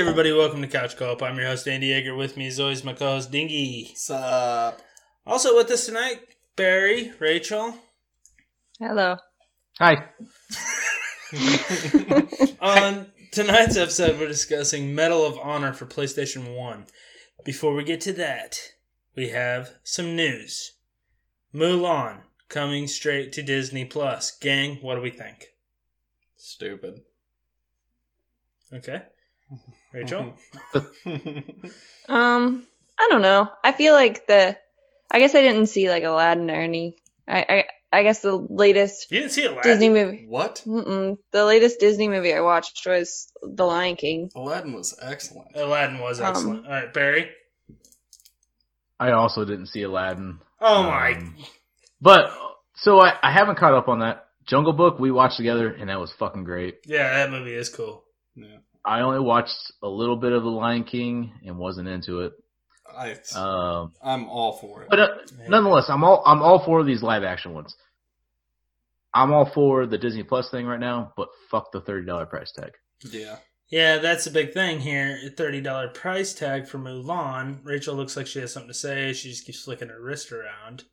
to Couch Co-op. I'm your host, Andy Yeager. With me, as always, my co-host, Dingy. Sup? Also with us tonight, Barry, Rachel. Hello. Hi. On tonight's episode, we're discussing Medal of Honor for PlayStation 1. Before we get to that, we have some news. Mulan coming straight to Disney Plus. Gang, what do we think? Stupid. Okay. Rachel? Um, I don't know. I feel like the, I guess I didn't see like Aladdin or any. I I, I guess the latest You didn't see Aladdin. Disney movie. what? Mm-mm, the latest Disney movie I watched was The Lion King. Aladdin was excellent. Aladdin was Um, excellent. All right, Barry. I also didn't see Aladdin. Oh my. Um, But so I, I haven't caught up on that. Jungle Book we watched together and that was fucking great. Yeah, that movie is cool. Yeah. I only watched a little bit of The Lion King and wasn't into it. I, Um, I'm all for it. but uh, Yeah. nonetheless, I'm all I'm all for these live action ones. I'm all for the Disney Plus thing right now, but fuck the thirty dollar price tag. yeah. Yeah, that's the big thing here. $30 price tag for Mulan. Rachel looks like she has something to say. She just keeps flicking her wrist around.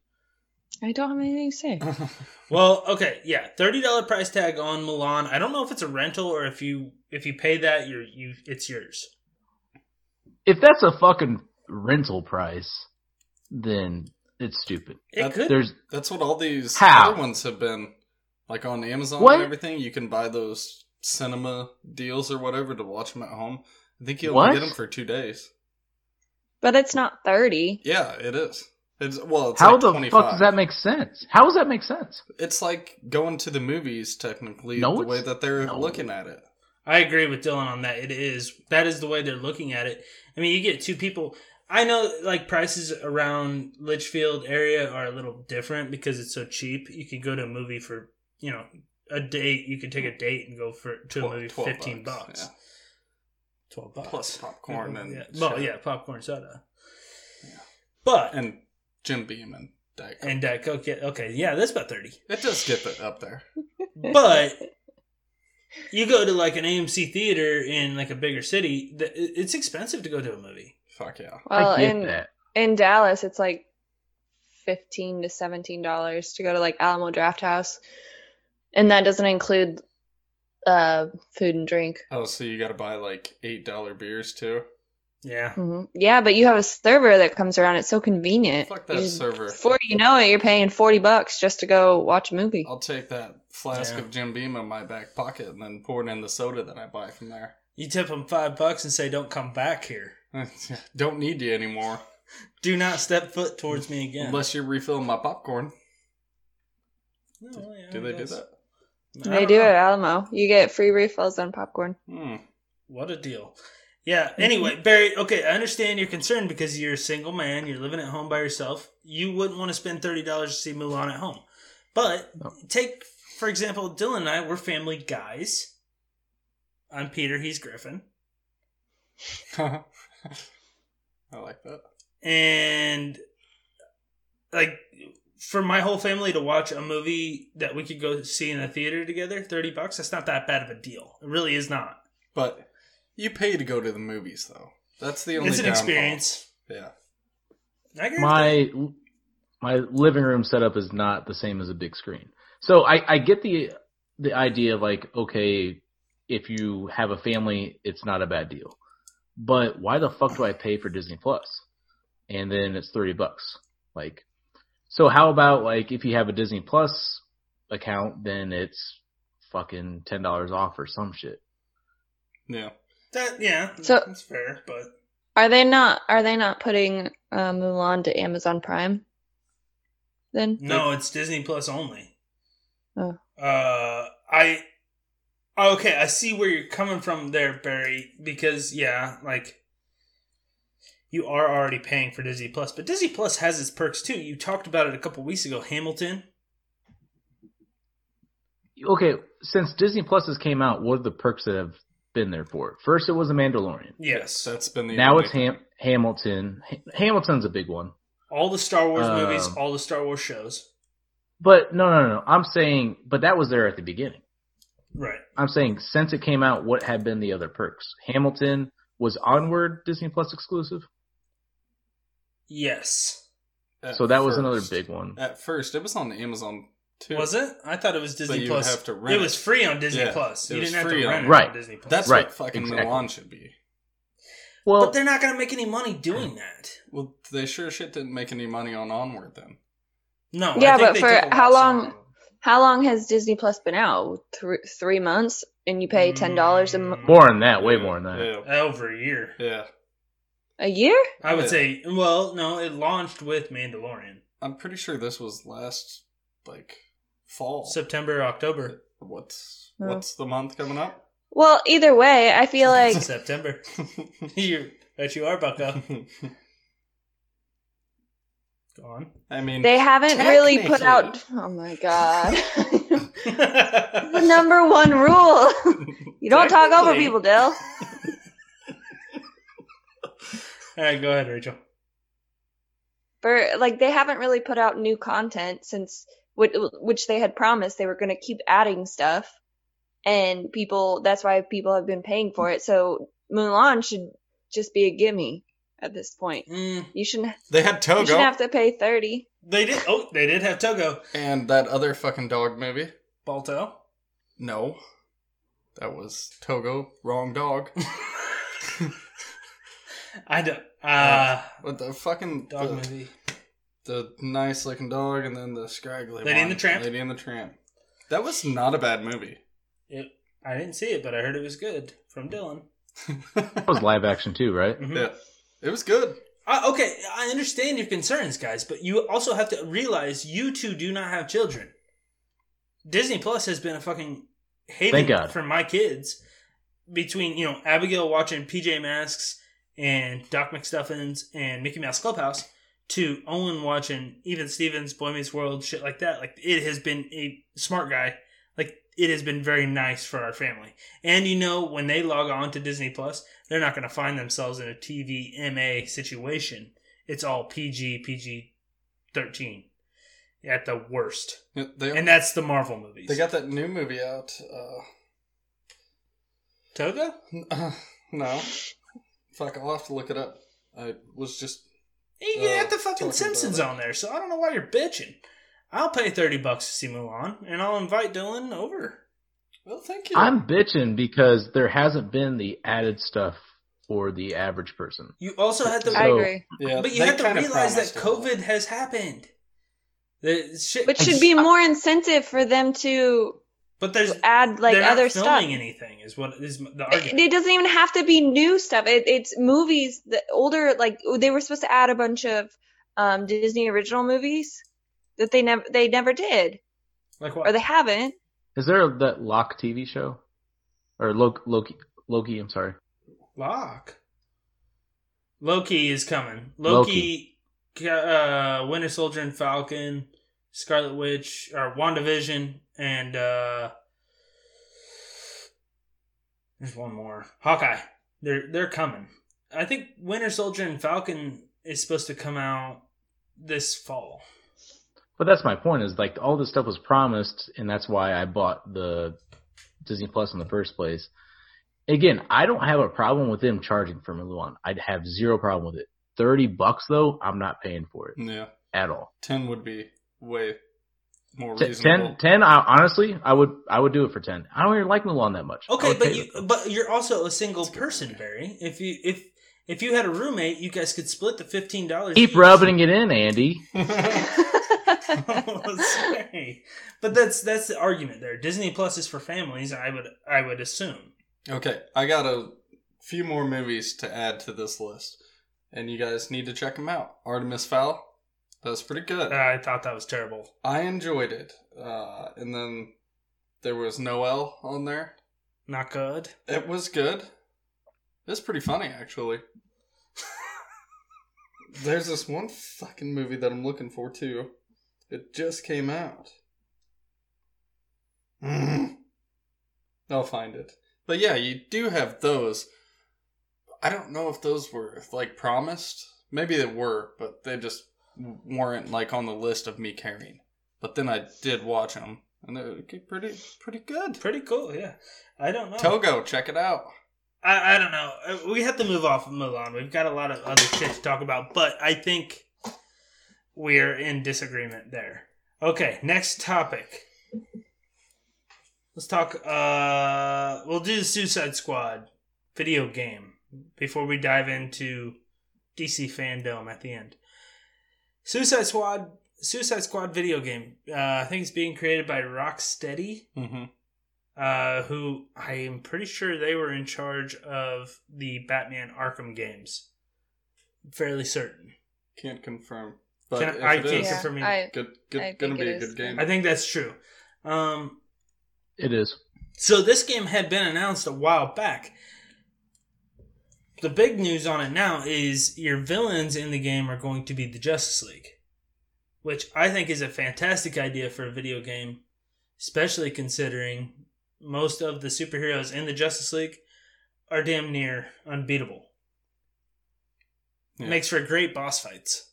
I don't have anything to say. Well, okay, yeah, $30 price tag on Mulan. I don't know if it's a rental or if you if you pay that, you're you it's yours. If that's a fucking rental price, then it's stupid. It Uh, could There's That's what all these How? other ones have been. Like on Amazon What? and everything, you can buy those cinema deals or whatever to watch them at home. I think you'll What? get them for two days. But it's not thirty. Yeah, it is. It's well, it's how like the 25. fuck does that make sense? How does that make sense? It's like going to the movies, technically, No, the it's- way that they're no. looking at it. I agree with Dylan on that. It is that is the way they're looking at it. I mean, you get two people. I know like prices around Litchfield area are a little different because it's so cheap. You could go to a movie for you know a date. You could take a date and go for to a movie for fifteen bucks, twelve yeah. bucks plus popcorn and yeah. well shit. yeah popcorn soda. Yeah. But and and Jim Beam and Diet Coke. and Diet Coke. Yeah, okay, yeah, that's about thirty. it does get the, up there. But you go to like an AMC theater in like a bigger city. th- it- It's expensive to go to a movie. Fuck yeah. well, I get in that. in Dallas, it's like fifteen to seventeen dollars to go to like Alamo Draft House, and that doesn't include uh food and drink. Oh, so you got to buy like eight dollar beers too? Yeah. Mhm. Yeah, but you have a server that comes around. It's so convenient. Fuck You that just- server. Before you know it, you're paying forty bucks just to go watch a movie. I'll take that flask Yeah. of Jim Beam in my back pocket and then pour it in the soda that I buy from there. You tip them five bucks and say, "Don't come back here. Don't need you anymore Do not step foot towards me again." unless you're refilling my popcorn. No, yeah, Do I they do guess. that? I They don't do it know. at Alamo. You get free refills on popcorn. Hmm. What a deal. Yeah. Anyway, Mhm. Barry. Okay, I understand your concern because you're a single man. You're living at home by yourself. You wouldn't want to spend thirty dollars to see Mulan at home. But No. take, for example, Dylan and I. We're family guys. I'm Peter. He's Griffin. I like that. and like for my whole family to watch a movie that we could go see in a theater together 30 bucks that's not that bad of a deal it really is not But you pay to go to the movies, though. That's the only. it's an downfall. experience Yeah. I agree with that. My my living room setup is not the same as a big screen. So I, I get the the idea of like, okay, if you have a family, it's not a bad deal. But why the fuck do I pay for Disney Plus? And then it's thirty bucks. Like so how about like if you have a Disney Plus account, then it's fucking ten dollars off or some shit. Yeah. that yeah So- that's fair but Are they not? Are they not putting uh, Mulan to Amazon Prime? Then no it's disney plus only Oh. uh i okay i see where you're coming from there barry because yeah like you are already paying for disney plus but disney plus has its perks too you talked about it a couple weeks ago hamilton Okay, since Disney Pluses came out, what are the perks that have been there for it? First it was a Mandalorian. Yes. That's been the. now only- it's Ham- Hamilton. Ha- Hamilton's a big one, All the Star Wars Um, movies, all the Star Wars shows. but no, no, no. no. I'm saying, but that was there at the beginning. Right. I'm saying since it came out, what have been the other perks? Hamilton, was Onward Disney Plus exclusive? Yes. At so that was first- another big one. At first, it was on Amazon too. Was it? I thought it was So Disney you Plus. have to rent it was it. free on Disney Yeah, Plus. it You was didn't have to free on- rent it Right. on Disney Plus. That's Right, what fucking exactly. Milan should be. Well, but they're not going to make any money Hmm. doing that. Well, they sure shit didn't make any money on Onward then. No. Yeah, I think but they for took a how loss long- on it. How long has Disney Plus been out? Three, three months, and you pay ten dollars a, m- more than that, way more than that. Over a year. Yeah. yeah. a year. I would Yeah. say, well, no, it launched with Mandalorian. I'm pretty sure this was last like fall. September, October. What's Oh. what's the month coming up? Well, either way, I feel like September. you that you are, Bucko. Go on. I mean, they haven't really put Technically. out. Oh my god! the no. number one rule: you don't talk over Technically. people, Dill. All right, go ahead, Rachel. But like, they haven't really put out new content since which, which they had promised they were going to keep adding stuff, and people. That's why people have been paying for it. So Mulan should just be a gimme at this point. Mm, You shouldn't. They had Oh, You shouldn't Togo have to pay thirty. they did. Oh, they did have Togo. and that other fucking dog movie. Balto. No, that was Togo. Wrong dog. I don't. Uh, Yeah. With the fucking dog the, movie. the nice looking dog, and then the scraggly Lady and one. the Tramp. Lady and the Tramp. That was not a bad movie. It, I didn't see it, but I heard it was good from Dylan. That was live action too, right? Mhm. yeah, it was good. Uh, okay, I understand your concerns, guys, but you also have to realize you two do not have children. Disney Plus has been a fucking haven Thank God. for my kids. Between you know Abigail watching PJ Masks and Doc McStuffins and Mickey Mouse Clubhouse, to Owen watching Even Stevens, Boy Meets World, shit like that. Like it has been a smart guy. Like it has been very nice for our family. And you know when they log on to Disney Plus, they're not going to find themselves in a TV MA situation. It's all PG, PG 13 at the worst. Yeah, They, And that's the Marvel movies. they got that new movie out. Toga? Uh, no, fuck. I'll have to look it up. I was just You can Oh, have the talking fucking about Simpsons it. on there, so I don't know why you're bitching. I'll pay 30 bucks to see Mulan, and I'll invite Dylan over. well. Thank you. I'm bitching because there hasn't been the added stuff for the average person. You also had to. I So- agree. yeah, but you they have to kinda realize that promised a lot. COVID has happened. The shit, Which should be more incentive for them to but there's add like they're not other filming stuff. anything is what is the It, argument. it doesn't even have to be new stuff. It, it's movies. The older like they were supposed to add a bunch of um, Disney original movies that they never they never did like or what? they haven't. Is there that Lock TV show or Loki? Loki, Loki I'm sorry. Lock. Loki is coming. Loki, Uh, Winter Soldier and Falcon, Scarlet Witch, or WandaVision, and uh, there's one more. Hawkeye. They're they're coming. I think Winter Soldier and Falcon is supposed to come out this fall. But that's my point is like all this stuff was promised and that's why I bought the Disney Plus in the first place. Again, I don't have a problem with them charging for Mulan. I'd have zero problem with it. 30 bucks though, I'm not paying for Hmm. it Yeah, at all. ten would be way more T- 10 reasonable. 10 I, honestly, I would I would do it for 10. I don't even like Mulan that much. I Okay, would but pay you the- but you're also a single It's a good person, idea. Barry. If you if if you had a roommate, you guys could split the fifteen dollars. keep rubbing it in, Andy. Sorry. but that's that's the argument there. Disney Plus is for families. I would I would assume. okay, I got a few more movies to add to this list, and you guys need to check them out. Artemis Fowl, that's pretty good. Uh, I thought that was terrible. I enjoyed it. Uh, and then there was Noel on there. Not good. It was good. It's pretty funny, actually. There's this one fucking movie that I'm looking for too. It just came out. Mm. I'll find it. But yeah, you do have those. I don't know if those were like promised. Maybe they were, but they just weren't like on the list of me carrying. But then I did watch them, and they're pretty pretty good. Pretty cool. Yeah. I don't know. Togo, check it out. I, I don't know. Uh, We have to move off of Mulan. We've got a lot of other shit to talk about, but I think we're in disagreement there. Okay, next topic. Let's talk. Uh, we'll do the Suicide Squad video game before we dive into DC fandom at the end. Suicide Squad, Suicide Squad video game. Uh, I think it's being created by Rocksteady, Mm-hmm. uh, who I am pretty sure they were in charge of the Batman Arkham games. Fairly certain. Can't confirm, but Can if I, I it can't is, Yeah, confirm. either. I good, good, I gonna think be it a is. good game. I think that's true. Um, It is. So this game had been announced a while back. The big news on it now is your villains in the game are going to be the Justice League, which I think is a fantastic idea for a video game, especially considering most of the superheroes in the Justice League are damn near unbeatable. Yeah. Makes for great boss fights.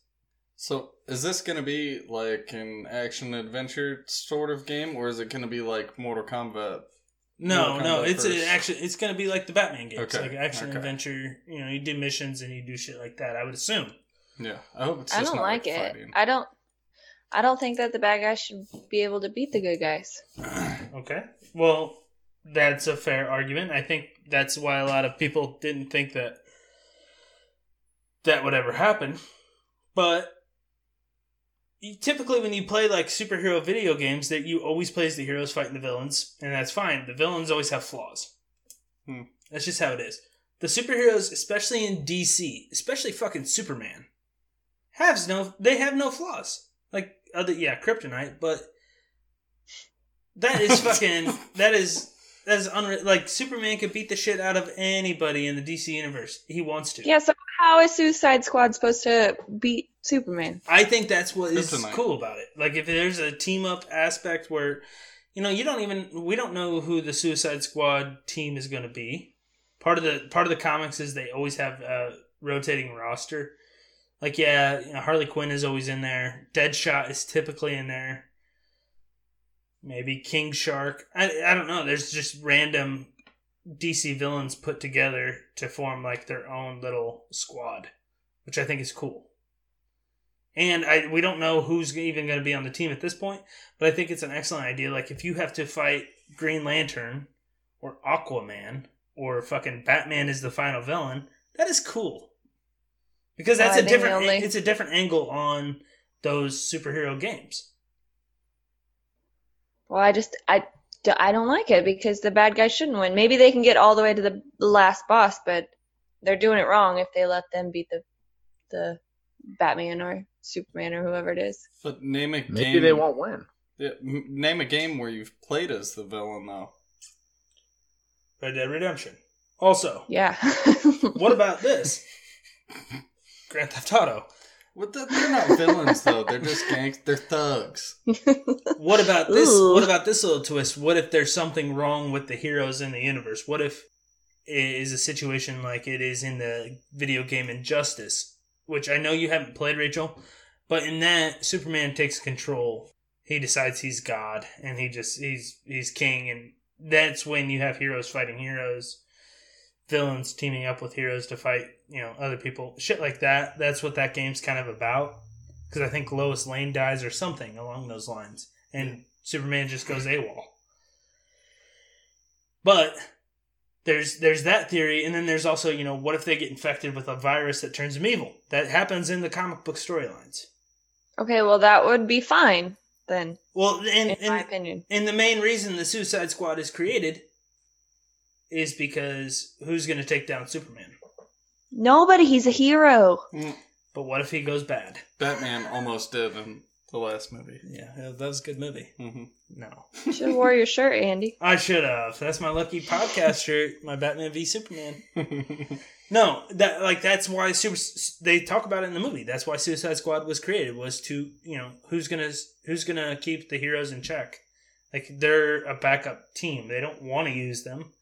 So, is this going to be like an action adventure sort of game, or is it going to be like Mortal Kombat? No, Mortal no, Kombat it's first. a, actually it's going to be like the Batman games, Okay, like action okay. adventure. You know, you do missions and you do shit like that. I would assume. Yeah, I hope it's. I Just don't not, like it. Fighting. I don't. I don't think that the bad guys should be able to beat the good guys. Okay. Well, that's a fair argument. I think that's why a lot of people didn't think that that would ever happen. But you, typically, when you play like superhero video games, that you always play as the heroes fighting the villains, and that's fine. The villains always have flaws. Hmm. That's just how it is. The superheroes, especially in DC, especially fucking Superman, has no they have no flaws. Like other yeah, Kryptonite, but that is fucking that is that is unre- like Superman could beat the shit out of anybody in the DC universe. He wants to. Yeah. So how is Suicide Squad supposed to beat Superman? I think that's what is Kryptonite. cool about it. Like if there's a team up aspect where you know, you don't even we don't know who the Suicide Squad team is going to be. Part of the part of the comics is they always have a rotating roster. Like yeah, you know, Harley Quinn is always in there. Deadshot is typically in there. Maybe King Shark. I I don't know. There's just random DC villains put together to form like their own little squad, which I think is cool. And I we don't know who's even going to be on the team at this point, but I think it's an excellent idea. Like if you have to fight Green Lantern or Aquaman or fucking Batman is the final villain, that is cool. Because Oh, that's a I think different the only- it's a different angle on those superhero games. Well, I just I d- I don't like it because the bad guys shouldn't win. Maybe they can get all the way to the last boss, but they're doing it wrong if they let them beat the the Batman or Superman or whoever it is. But name a Maybe game. they won't win. Yeah, m- name a game where you've played as the villain, though. Red Dead Redemption. Also, Yeah. what about this? Grand Theft Auto. What the, they're not villains though. They're just gangs. They're thugs. What about this? Ooh. What about this little twist? What if there's something wrong with the heroes in the universe? What if it is a situation like it is in the video game Injustice, which I know you haven't played, Rachel, but in that Superman takes control. He decides he's God and he just he's he's king and that's when you have heroes fighting heroes, villains teaming up with heroes to fight, you know, other people. Shit like that. That's what that game's kind of about because I think Lois Lane dies or something along those lines, and Superman just goes AWOL. But there's there's that theory, and then there's also you know what if they get infected with a virus that turns them evil? That happens in the comic book storylines. okay, well that would be fine then, Well, and, in my and opinion. and the main reason the Suicide Squad is created is because who's going to take down Superman? Nobody, he's a hero. But what if he goes bad? Batman almost did in the last movie. Yeah, that was a good movie. Mm-hmm. No, Should have wore your shirt, Andy. I should have. That's my lucky podcast shirt, my Batman v Superman. No, that like that's why super, they talk about it in the movie. That's why Suicide Squad was created was to you know who's gonna who's gonna keep the heroes in check. Like they're a backup team. They don't want to use them,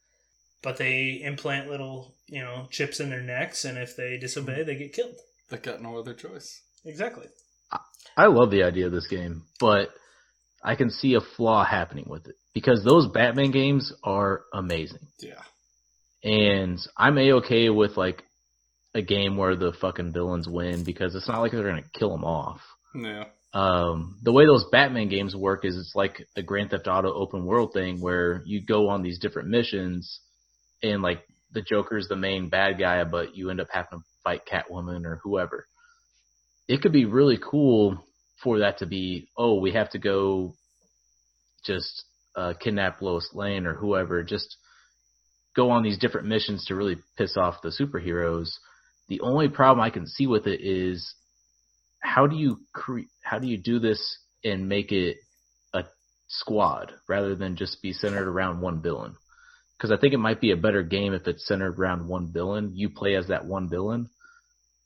but they implant little you know chips in their necks, and if they disobey, they get killed. they got no other choice. Exactly. I love the idea of this game, but I can see a flaw happening with it because those Batman games are amazing. Yeah. And I'm a okay with like a game where the fucking villains win because it's not like they're gonna kill them off. Yeah. Um, the way those Batman games work is it's like a Grand Theft Auto open world thing where you go on these different missions, and like the Joker's the main bad guy, but you end up having to fight Catwoman or whoever. It could be really cool for that to be, oh, we have to go just uh, kidnap Lois Lane or whoever, just go on these different missions to really piss off the superheroes. The only problem I can see with it is how do you cre- how do you do this and make it a squad rather than just be centered around one villain? Because I think it might be a better game if it's centered around one villain. You play as that one villain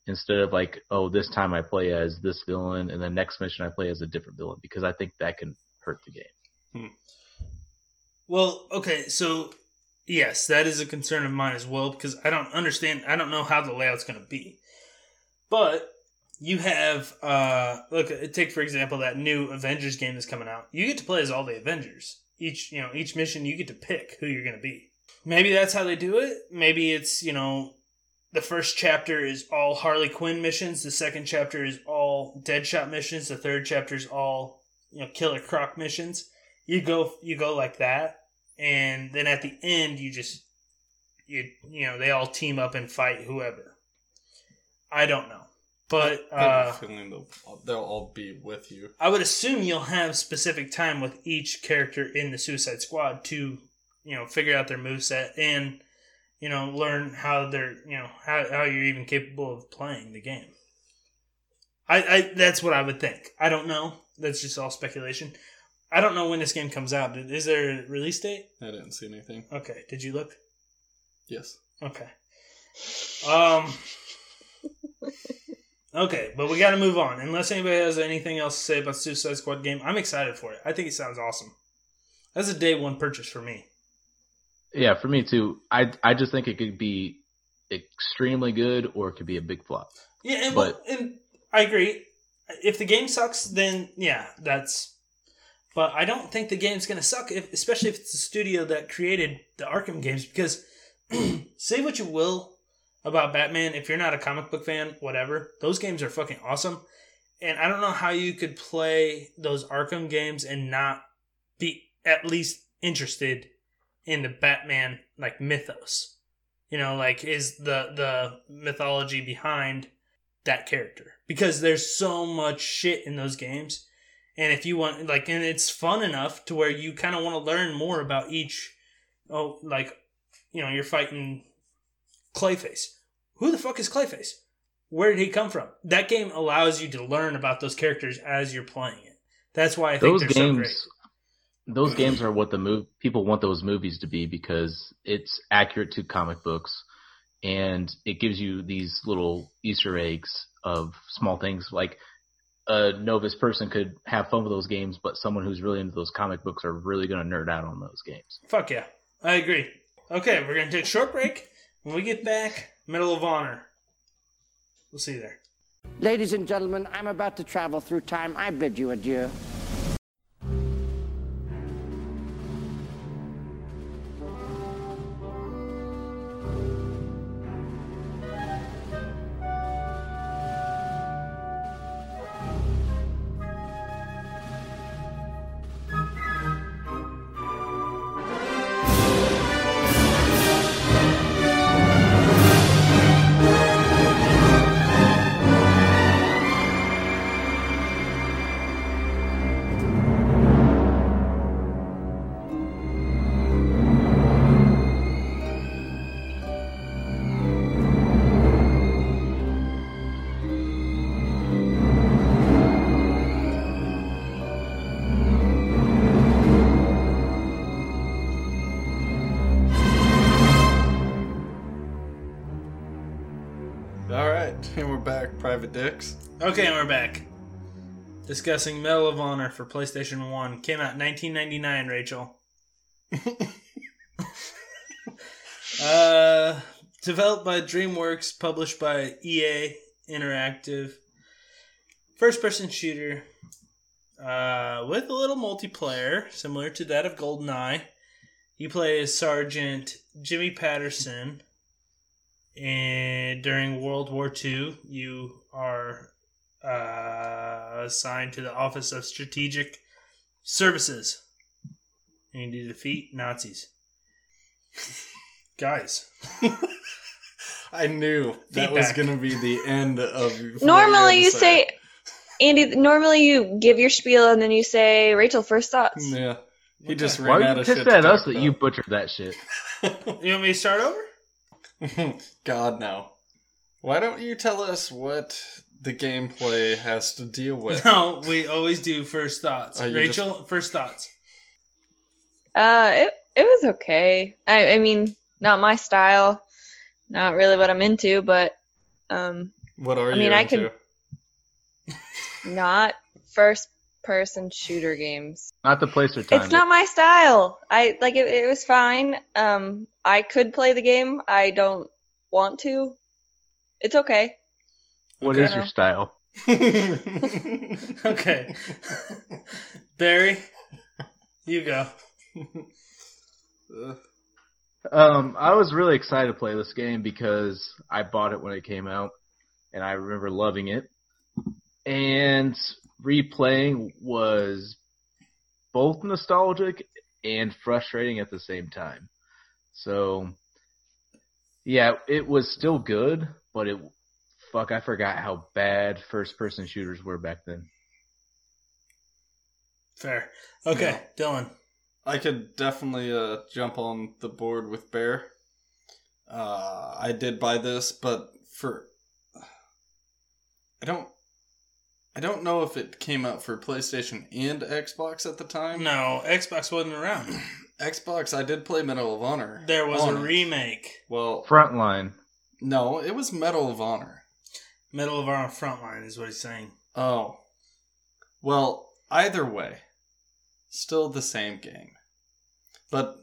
instead of like, oh, this time I play as this villain, and the next mission I play as a different villain. Because I think that can hurt the game. Well, okay, so yes, that is a concern of mine as well because I don't understand. I don't know how the layout's going to be, but you have uh look take for example that new Avengers game that's coming out. You get to play as all the Avengers. Each you know each mission you get to pick who you're going to be. Maybe that's how they do it. Maybe it's you know the first chapter is all Harley Quinn missions. The second chapter is all Deadshot missions. The third chapter is all you know Killer Croc missions you go you go like that and then at the end you just you you know they all team up and fight whoever i don't know but I have a uh, feeling they'll, they'll all be with you. i would assume you'll have specific time with each character in the suicide squad to you know figure out their moveset and you know learn how they're you know how, how you're even capable of playing the game I, I that's what i would think i don't know that's just all speculation i don't know when this game comes out is there a release date I didn't see anything. Okay. Did you look? Yes. Okay. Um. Okay, but we got to move on. Unless anybody has anything else to say about Suicide Squad game, I'm excited for it. I think it sounds awesome. That's a day one purchase for me. Yeah, for me too. I I just think it could be extremely good or it could be a big flop. Yeah, and, But- and I agree. If the game sucks, then yeah, that's. But I don't think the game's gonna suck, if, especially if it's the studio that created the Arkham games. Because say what you will about Batman, if you're not a comic book fan, whatever, those games are fucking awesome. And I don't know how you could play those Arkham games and not be at least interested in the Batman like mythos. You know, like is the the mythology behind that character because there's so much shit in those games and if you want like and it's fun enough to where you kind of want to learn more about each oh like you know you're fighting clayface who the fuck is clayface where did he come from that game allows you to learn about those characters as you're playing it that's why i think Those they're so great games, those games are what the move people want those movies to be because it's accurate to comic books, and it gives you these little Easter eggs of small things like. A novice person could have fun with those games, but someone who's really into those comic books are really going to nerd out on those games. Fuck yeah. I agree. Okay, we're going to take a short break. When we get back, Medal of Honor. We'll see you there. Ladies and gentlemen, I'm about to travel through time. I bid you adieu. All right, and we're back, Private Dicks. Okay, and we're back. Discussing Medal of Honor for PlayStation 1. Came out in 1999, Rachel. uh, developed by DreamWorks, published by EA Interactive. First person shooter uh, with a little multiplayer, similar to that of GoldenEye. You play as Sergeant Jimmy Patterson, and during World War II, you are uh, assigned to the Office of Strategic Services, and you need to defeat Nazis. Guys, I knew that was Feedback. going to be the end of. what Normally you were gonna say, Andy. Normally you give your spiel and then you say, Rachel, first thoughts. Yeah, he What just the- ran Why out are you of pissed shit to at us talk that you butchered that shit? about. you want me to start over? God no! Why don't you tell us what the gameplay has to deal with? No, we always do first thoughts. Oh, you Rachel, first thoughts. Uh, it it was okay. I I mean, not my style, not really what I'm into, but um, What are I you mean, I into? could- not first person shooter games. Not the place or time. It's not my style. I like it, it was fine. Um, I could play the game. I don't want to. It's okay. What Okay. is your style? Okay. Barry, you go. Uh, Um, I was really excited to play this game because I bought it when it came out, and I remember loving it. And replaying was both nostalgic and frustrating at the same time. So, yeah, it was still good, but it fuck, I forgot how bad first-person shooters were back then. Fair. Okay, Dylan. I could definitely uh, jump on the board with Bear. Uh, I did buy this, but for I don't I don't know if it came out for PlayStation and Xbox at the time. No, Xbox wasn't around. Xbox, I did play Medal of Honor. There was on a it. remake. Well, Frontline. no, it was Medal of Honor. Middle of our frontline is what he's saying. Oh. Well, either way, still the same game. But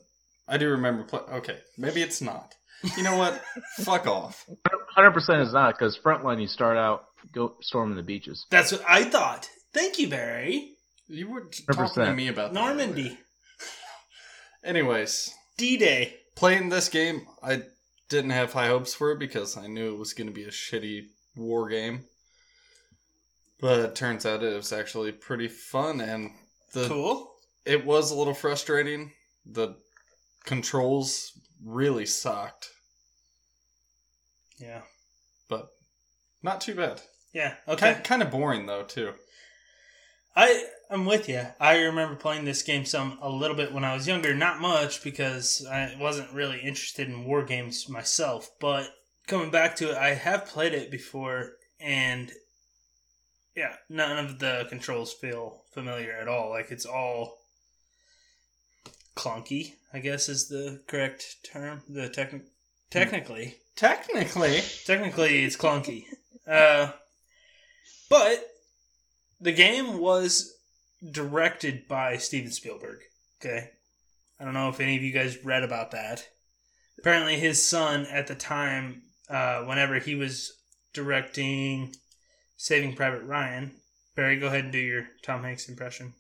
I do remember play- okay, maybe it's not. You know what? Fuck off. Hundred percent is not because frontline. You start out go storming the beaches. That's what I thought. Thank you, Barry. You were talking to 100%. me about that earlier. Normandy. Anyways, D Day. playing this game, I didn't have high hopes for it because I knew it was going to be a shitty war game. But it turns out it was actually pretty fun and the Cool. it was a little frustrating. The controls really sucked, Yeah. but not too bad. Yeah. Okay. Okay. Kind, of boring though too. I I'm with you. I remember playing this game some a little bit when I was younger, not much because I wasn't really interested in war games myself. But coming back to it, I have played it before, and yeah, none of the controls feel familiar at all. Like it's all clunky. I guess is the correct term. The technic technically Technically, technically it's clunky. Uh, but the game was directed by Steven Spielberg. Okay. I don't know if any of you guys read about that. Apparently, his son at the time, uh, whenever he was directing Saving Private Ryan, Barry, go ahead and do your Tom Hanks impression.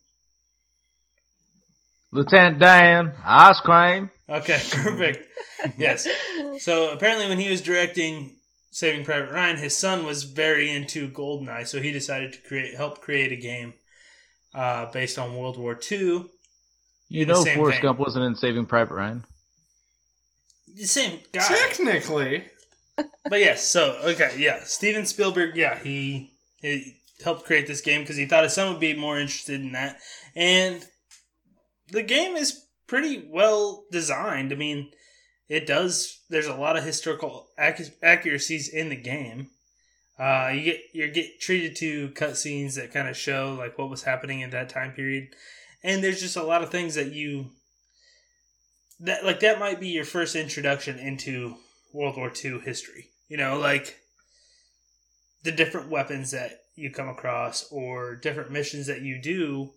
Lieutenant Dan, ice cream. Okay, perfect. yes. So apparently, when he was directing Saving Private Ryan, his son was very into Goldeneye, so he decided to create, help create a game uh, based on World War II. You The know, same Forrest thing. Gump wasn't in Saving Private Ryan. The same guy, technically, but yes. So okay, yeah. Steven Spielberg, yeah, he, he helped create this game because he thought his son would be more interested in that, and the game is pretty well designed. I mean, it does. There's a lot of historical ac- accuracies in the game. Uh, you get you get treated to cutscenes that kind of show like what was happening in that time period, and there's just a lot of things that you that like that might be your first introduction into World War II history. You know, like the different weapons that you come across or different missions that you do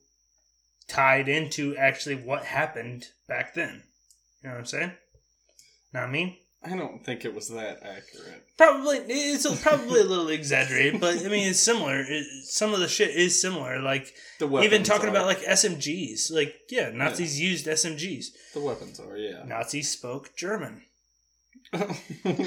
tied into actually what happened back then. You know what I'm saying? Not me. I don't think it was that accurate. Probably it's a- probably a little exaggerated, but I mean it's similar. It, some of the shit is similar. Like The even weapons talking are. about like SMGs. Like yeah, Nazis used SMGs. the weapons are yeah. Nazis spoke German. and,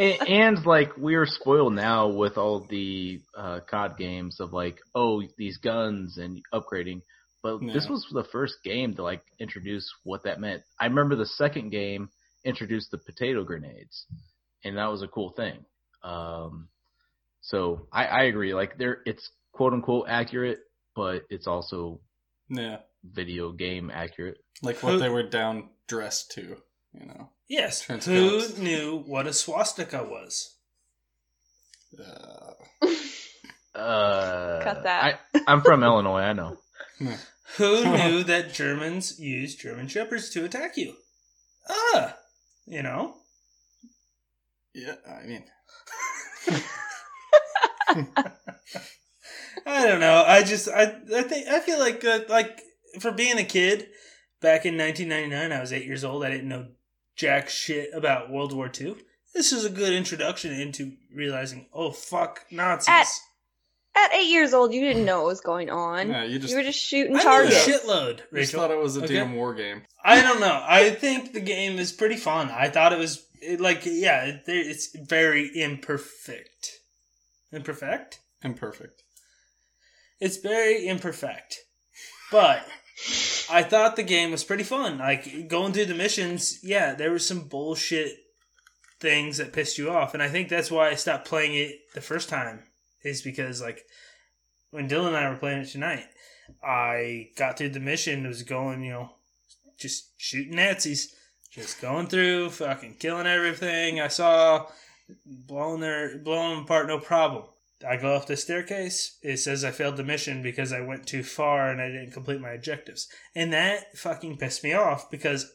and like we're spoiled now with all the uh, COD games of like, oh, these guns and upgrading. But this Yeah. was the first game to like introduce what that meant. I remember the second game introduced the potato grenades, and that was a cool thing. Um, so I, I agree. Like there, it's quote unquote accurate, but it's also yeah, video game accurate. like what they Uh, were down dressed to, you know. Yes. Who Transposed. knew what a swastika was? Uh, Uh, Cut that. I, I'm from Illinois. I know. Who knew that Germans used German shepherds to attack you? Ah, you know. yeah, I mean, I don't know. I just I I think I feel like uh, like for being a kid back in 1999, I was eight years old. I didn't know jack shit about World War II. This is a good introduction into realizing, oh fuck, Nazis. At- At eight years old, you didn't know what was going on. yeah, you just, you were just shooting I know a targets. shitload, just Rachel. thought it was a Okay. damn war game. I don't know. I think the game is pretty fun. I thought it was it, like, yeah, it, it's very imperfect. Imperfect? Imperfect. It's very imperfect, but I thought the game was pretty fun. Like going through the missions, yeah, there were some bullshit things that pissed you off, and I think that's why I stopped playing it the first time. Is because like when Dylan and I were playing it tonight, I got through the mission. It was going, you know, just shooting Nazis, just going through, fucking killing everything I saw, blowing their blowing them apart, no problem. I go up the staircase. It says I failed the mission because I went too far and I didn't complete my objectives. And that fucking pissed me off because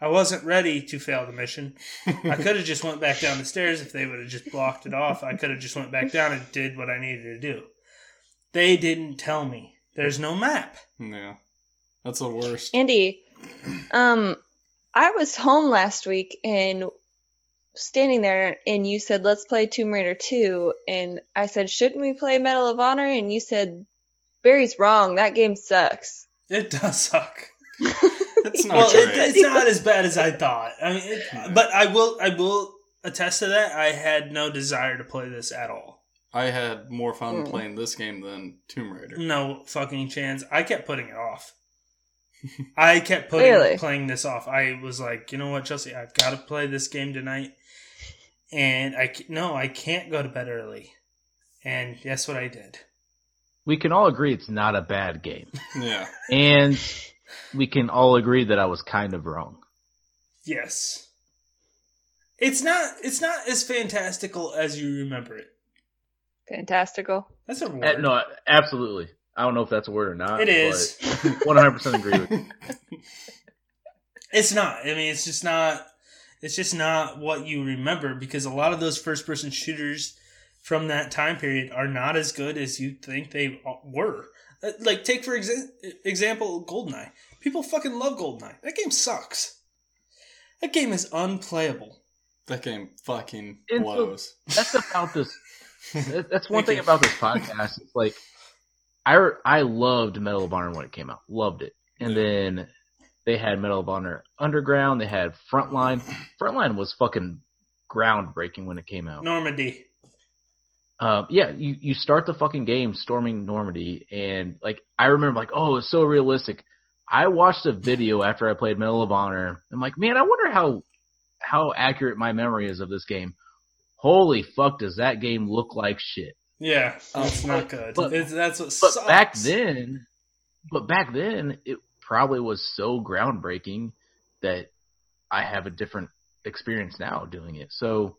I wasn't ready to fail the mission. I could have just went back down the stairs if they would have just blocked it off. I could have just went back down and did what I needed to do. They didn't tell me. There's no map. Yeah, that's the worst. Andy, um, I was home last week and standing there, and you said, "Let's play Tomb Raider 2," and I said, "Shouldn't we play Medal of Honor?" And you said, "Barry's wrong. That game sucks." It does suck. It's not well, it, great. it's not as bad as I thought. I mean, it, but I will, I will attest to that. I had no desire to play this at all. I had more fun Mm. playing this game than Tomb Raider. No fucking chance. I kept putting it off. I kept putting Really? playing this off. I was like, you know what, Chelsea, I've got to play this game tonight, and I ca- no, I can't go to bed early. And guess what I did? We can all agree it's not a bad game. Yeah, And we can all agree that I was kind of wrong. Yes, it's not it's not as fantastical as you remember it. Fantastical. That's a word. Uh, no, absolutely. I don't know if that's a word or not. it is. One hundred percent agree with. you. It's not. I mean, it's just not. It's just not what you remember because a lot of those first-person shooters from that time period are not as good as you think they were. Uh, Like, take for exa- example, Goldeneye. People fucking love Goldeneye. That game sucks. That game is unplayable. that game fucking It's a- blows. That's about this. that- That's one Thank thing you. about this podcast. It's like I I loved Medal of Honor when it came out. Loved it, and Yeah. then they had Medal of Honor Underground. They had Frontline. Frontline was fucking groundbreaking when it came out. Normandy. Um, yeah, you, you start the fucking game storming Normandy, and like I remember, like oh, it's so realistic. I watched a video after I played Medal of Honor. I'm like, man, I wonder how how accurate my memory is of this game. Holy fuck, does that game look like shit? Yeah, Oh, it's not good. Um, but- It's- that's what But sucks. back then, but back then, it probably was so groundbreaking that I have a different experience now doing it. So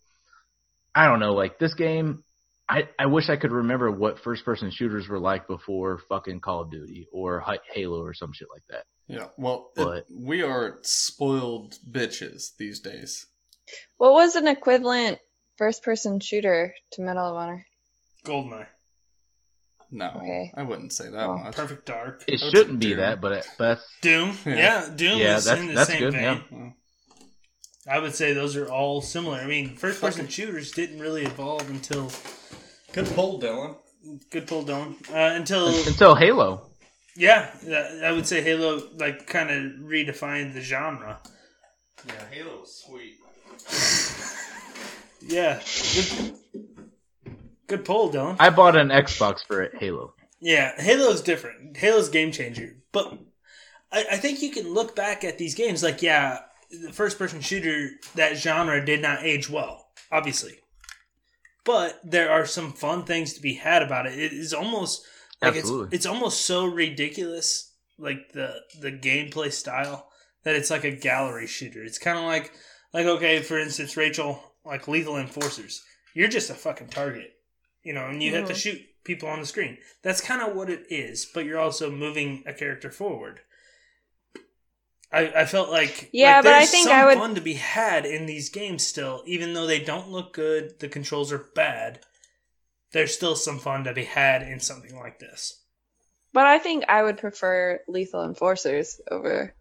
I don't know, like this game, I, I wish I could remember what first person shooters were like before fucking Call of Duty or Hi- Halo or some shit like that. Yeah, well, it- But- we are spoiled bitches these days. What was an equivalent first-person shooter to Medal of Honor? Goldeneye. No, Okay. I wouldn't say that Well, much. Perfect Dark. It That's shouldn't be true. that, but it, but that's Doom. Yeah. Yeah, Doom Yeah, is that's- in the that's same good, vein. yeah. Well, I would say those are all similar. I mean, first person Fucking- shooters didn't really evolve until Good pull, Dylan. good pull down uh, until Until Halo. yeah, that- I would say Halo like kind of redefined the genre. Yeah, Halo was sweet. Yeah, good, good pull, Dylan. I bought an Xbox for it, Halo. Yeah, Halo's different. Halo's game changer. But I, I think you can look back at these games like, yeah, the first person shooter, that genre did not age well, obviously. But there are some fun things to be had about it. It is almost like it's, Absolutely. it's almost so ridiculous, like the the gameplay style that it's like a gallery shooter. It's kind of like like okay, for instance, Rachel, like Lethal Enforcers. You're just a fucking target, you know, and you have to Mhm. shoot people on the screen. That's kind of what it is, but you're also moving a character forward. I, I felt like Yeah, like, but I there's think some I would- fun to be had in these games still, even though they don't look good. The controls are bad. There's still some fun to be had in something like this. But I think I would prefer Lethal Enforcers over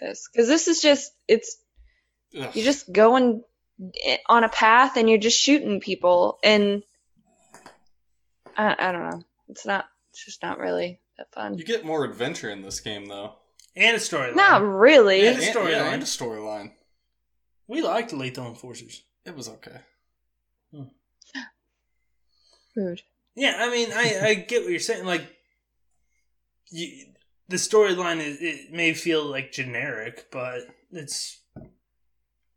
this because this is just it's Ugh. you're just going on a path and you're just shooting people and I, I don't know. It's not. It's just not really that fun. You get more adventure in this game though. And a storyline. Not really. And a And- yeah, storyline. and a storyline. we liked Lethal Enforcers. It was okay. Rude. Yeah, I mean, I, I get what you're saying. Like, you, the storyline is it may feel like generic, but it's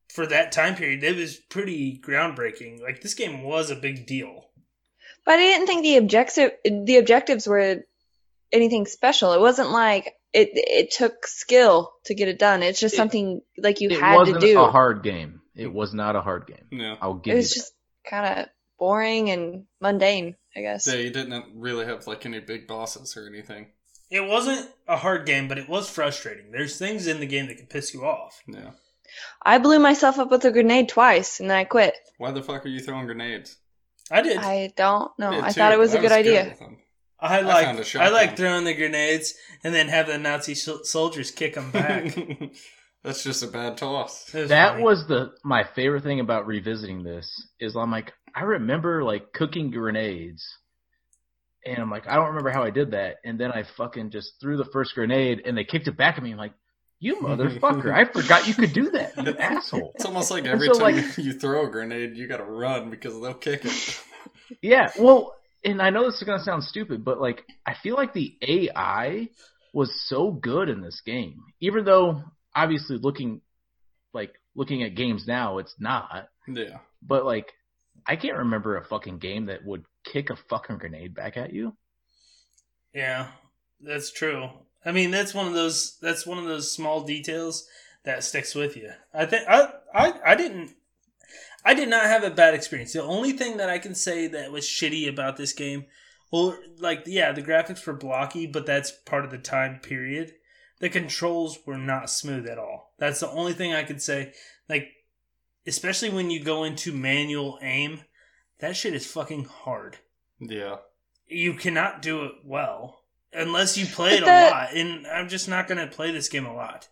for that time period. It was pretty groundbreaking. Like this game was a big deal. But I didn't think the objective the objectives were anything special. It wasn't like it it took skill to get it done. It's just It- something like you it had to wasn't do. a hard game. It was not a hard game. No. I'll give it you was just kind of boring and mundane, I guess. They didn't really have like any big bosses or anything. It wasn't a hard game, but it was frustrating. There's things in the game that can piss you off. Yeah. I blew myself up with a grenade twice and then I quit. Why the fuck are you throwing grenades? I did. I, I don't know. Yeah, I too. thought it was a I good idea. with them. found a like I, shotgun. like throwing the grenades and then have the Nazi sol- soldiers kick them back. It That's just a bad toss. was that. That funny. was the my favorite thing about revisiting this is I'm like I remember like cooking grenades, and I'm like I don't remember how I did that, and then I fucking just threw the first grenade and they kicked it back at me. I'm like you motherfucker! I forgot you could do that, you asshole. It's almost like every So, time like- you throw a grenade, you gotta run because they'll kick it. Yeah, well, and I know this is gonna sound stupid, but like I feel like the AI was so good in this game, even though obviously looking like looking at games now, it's not. Yeah. But like, I can't remember a fucking game that would kick a fucking grenade back at you. Yeah, that's true. I mean, that's one of those. That's one of those small details that sticks with you. I think I, I, I didn't. I did not have a bad experience. The only thing that I can say that was shitty about this game, well, like yeah, the graphics were blocky, but that's part of the time period. The controls were not smooth at all. That's the only thing I could say. Like, especially when you go into manual aim, that shit is fucking hard Yeah. you cannot do it well unless you play it But the- a lot. And I'm just not going to play this game a lot.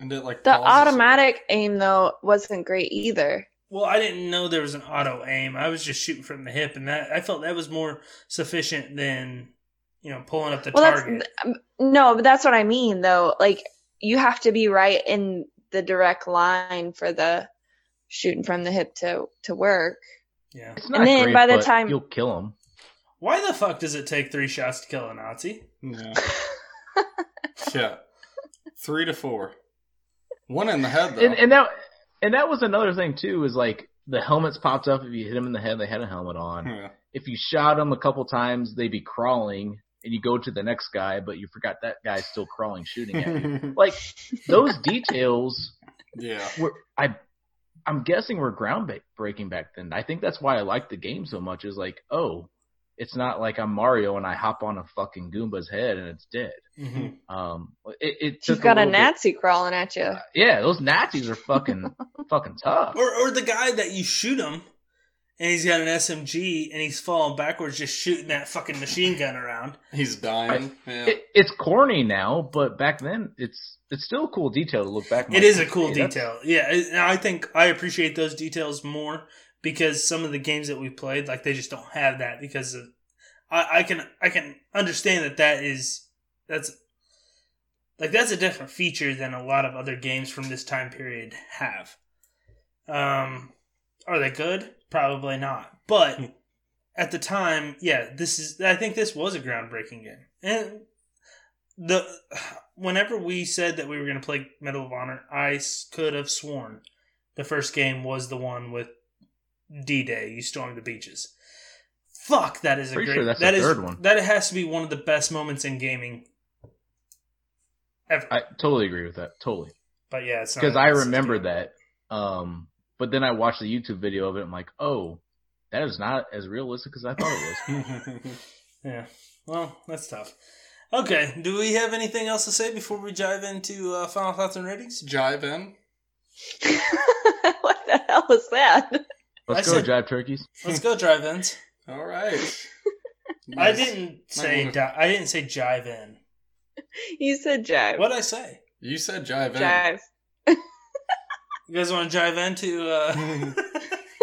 And it like The pauses. automatic aim though wasn't great either. Well, I didn't know there was an auto aim. I was just shooting from the hip, and that I felt that was more sufficient than you know pulling up the Well, that's target. um, no, but that's what I mean though. Like you have to be right in the direct line for the shooting from the hip to to work. yeah. It's not And then great, by the but time- you'll kill them, Why the fuck does it take three shots to kill a Nazi? Yeah. yeah. Three to four. One in the head though. and, and that and that was another thing too. Is like the helmets popped up if you hit them in the head. They had a helmet on. yeah. If you shot them a couple times, they'd be crawling, and you go to the next guy, but you forgot that guy's still crawling, shooting at you. Like those details yeah. were I I'm guessing were groundbreaking back then. I think that's why I like the game so much. Is like, oh, it's not like I'm Mario and I hop on a fucking Goomba's head and it's dead. Um, it, it took You've got a, little bit- Nazi crawling at you. Yeah, those Nazis are fucking fucking tough. Or or the guy that you shoot him, and he's got an SMG and he's falling backwards just shooting that fucking machine gun around. He's dying. yeah. It, it's corny now, but back then it's it's still a cool detail to look back. and It like, is a cool hey, that's- detail. Yeah, it- and I think I appreciate those details more because some of the games that we played, like they just don't have that because of. I, I can I can understand that that is that's like that's a different feature than a lot of other games from this time period have. Um, are they good? Probably not. Hmm. But at the time, yeah, this is. I think this was a groundbreaking game, and the whenever we said that we were going to play Medal of Honor, I s- could have sworn the first game was the one with D Day. You stormed the beaches. Fuck, that is a Pretty great. sure that's that the is- third one. That has to be one of the best moments in gaming. Ever. I totally agree with that. Totally. but yeah, it's not- because I it's- remembered that. Um, but then I watched the YouTube video of it. I'm like, oh, that is not as realistic as I thought it was. Yeah. Well, that's tough. Okay. Do we have anything else to say before we dive into uh, final thoughts and ratings? Jive in. what the hell was that? Let's I go, said- Jive Turkeys. Let's go drive ins. All right. I Nice. didn't say wanna- di- I didn't say jive in. You said jive. What would I say? You said jive in. Jive. You guys want to jive into?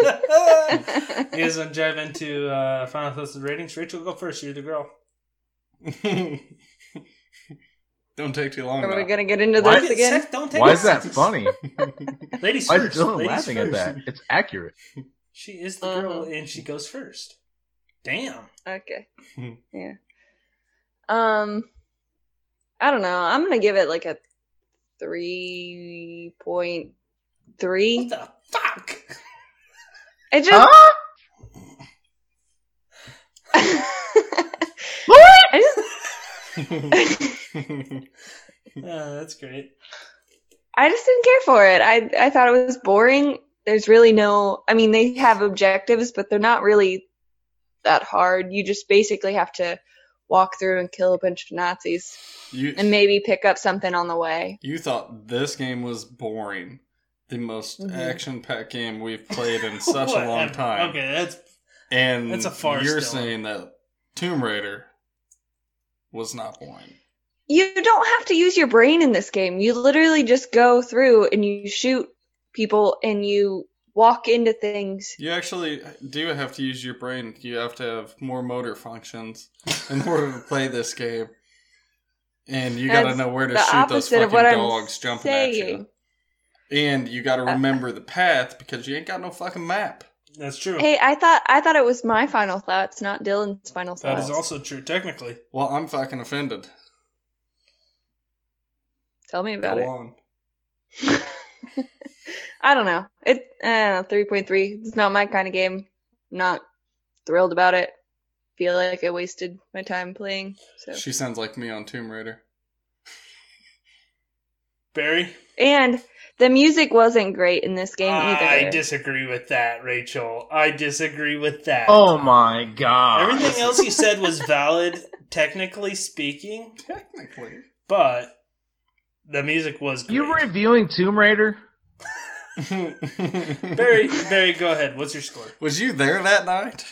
Uh... you guys want to jive into uh, final thoughts and ratings? Rachel, go first. You're the girl. Don't take too long. Are we now. gonna get into Don't this get again? sick, Don't take Why it is that serious. funny? Ladies Why is first. Dylan ladies laughing first. at that? It's accurate. She is the girl, Uh-huh. and she goes first. Damn. Okay. Hmm. yeah. Um, I don't know. I'm gonna give it like a three point What three. the fuck? It just. Huh? What? I just. Uh, that's great. I just didn't care for it. I I thought it was boring. There's really no. I mean, they have objectives, but they're not really that hard. You just basically have to walk through and kill a bunch of Nazis you, and maybe pick up something on the way. you thought this game was boring. The most Mhm. action-packed game we've played in such What? a long time. Okay, that's And That's a farce, you're Dylan. saying that Tomb Raider was not boring. You don't have to use your brain in this game. You literally just go through and you shoot people and you walk into things. You actually do have to use your brain. You have to have more motor functions in order to play this game. And you got to That's know where to the shoot those opposite fucking of what I'm dogs jumping at saying. Uh, you. And you got to remember the path because you ain't got no fucking map. that's true. Hey, I thought I thought it was my final thoughts, not Dylan's final that thoughts. is also true. Technically, Well, I'm fucking offended. Tell me about Go it. on. I don't know. It uh, 3.3. It's not my kind of game. Not thrilled about it. Feel like I wasted my time playing. So She sounds like me on Tomb Raider. Barry. and the music wasn't great in this game either. I disagree with that, Rachel. I disagree with that. Oh my god! Everything else you said was valid, technically speaking, Technically. but the music was great. You reviewing Tomb Raider? Barry, Barry, go ahead. What's your score? Was you there that night?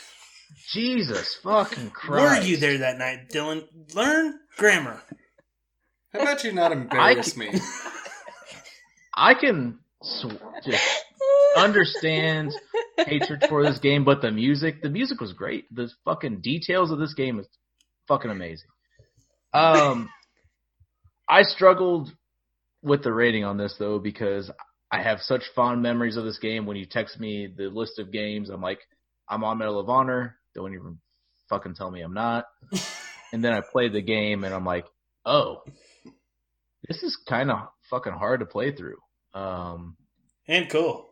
Jesus fucking Were Christ! you there that night, Dylan? Learn grammar. How about you not embarrass me? I can sw- just understand hatred for this game, but the music, the music was great. The fucking details of this game is fucking amazing. Um, I struggled with the rating on this though because I have such fond memories of this game. When you text me the list of games, I'm like, I'm on Medal of Honor. Don't even fucking tell me I'm not. and then I played the game and I'm like, oh, this is kind of fucking hard to play through. Um, And cool.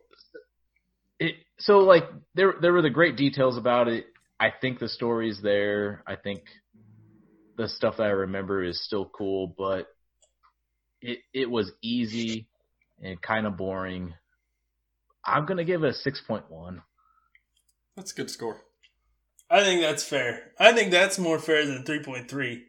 it so like there there were the great details about it. I think the story's there. I think the stuff that I remember is still cool, but it it was easy and kind of boring. I'm gonna give it a six point one. That's a good score. I think that's fair. I think that's more fair than three point three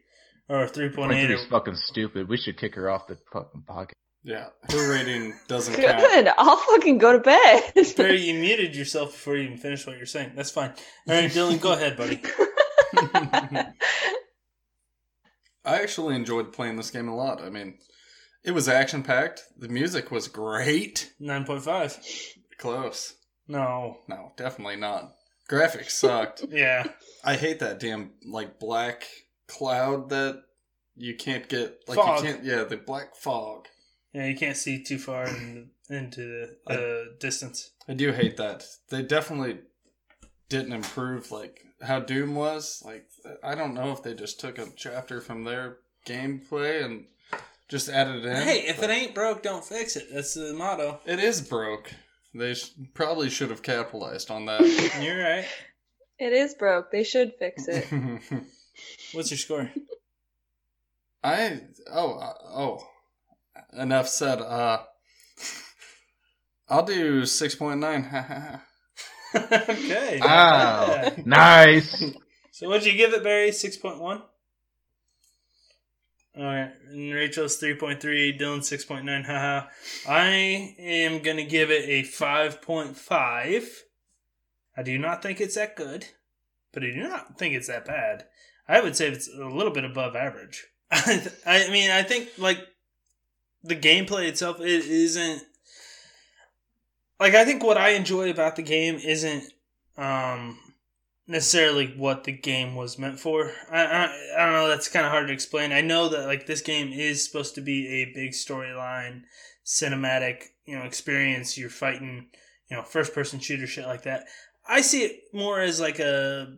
or three point Point eight. three is fucking stupid. We should kick her off the fucking podcast. Yeah, her rating doesn't count. Good. I'll fucking go to bed. Barry, you muted yourself before you even finished what you're saying. That's fine. All right, Dylan, go ahead, buddy. I actually enjoyed playing this game a lot. I mean, it was action packed. The music was great. Nine point five. Close. No. No, definitely not. Graphics sucked. Yeah. I hate that damn like black cloud that you can't get like Fog. you can't yeah, the black fog. Yeah, you can't see too far in, into the uh, distance. I do hate that. They definitely didn't improve like how Doom was. Like I don't know if they just took a chapter from their gameplay and just added it in. Hey, if but it ain't broke, don't fix it. That's the motto. it is broke. They sh- probably should have capitalized on that. You're right. it is broke. They should fix it. What's your score? I oh uh, oh enough said. Uh, I'll do six point nine. okay. Wow. nice. So what'd you give it, Barry? Six point one. All right, and Rachel's three point three, Dylan six point nine. Haha. I am gonna give it a five point five. I do not think it's that good, but I do not think it's that bad. I would say it's a little bit above average. I, th- I mean, I think like the gameplay itself it isn't like I think what I enjoy about the game isn't um necessarily what the game was meant for. I I, I don't know. That's kind of hard to explain. I know that like this game is supposed to be a big storyline, cinematic you know experience. You're fighting you know first person shooter shit like that. I see it more as like a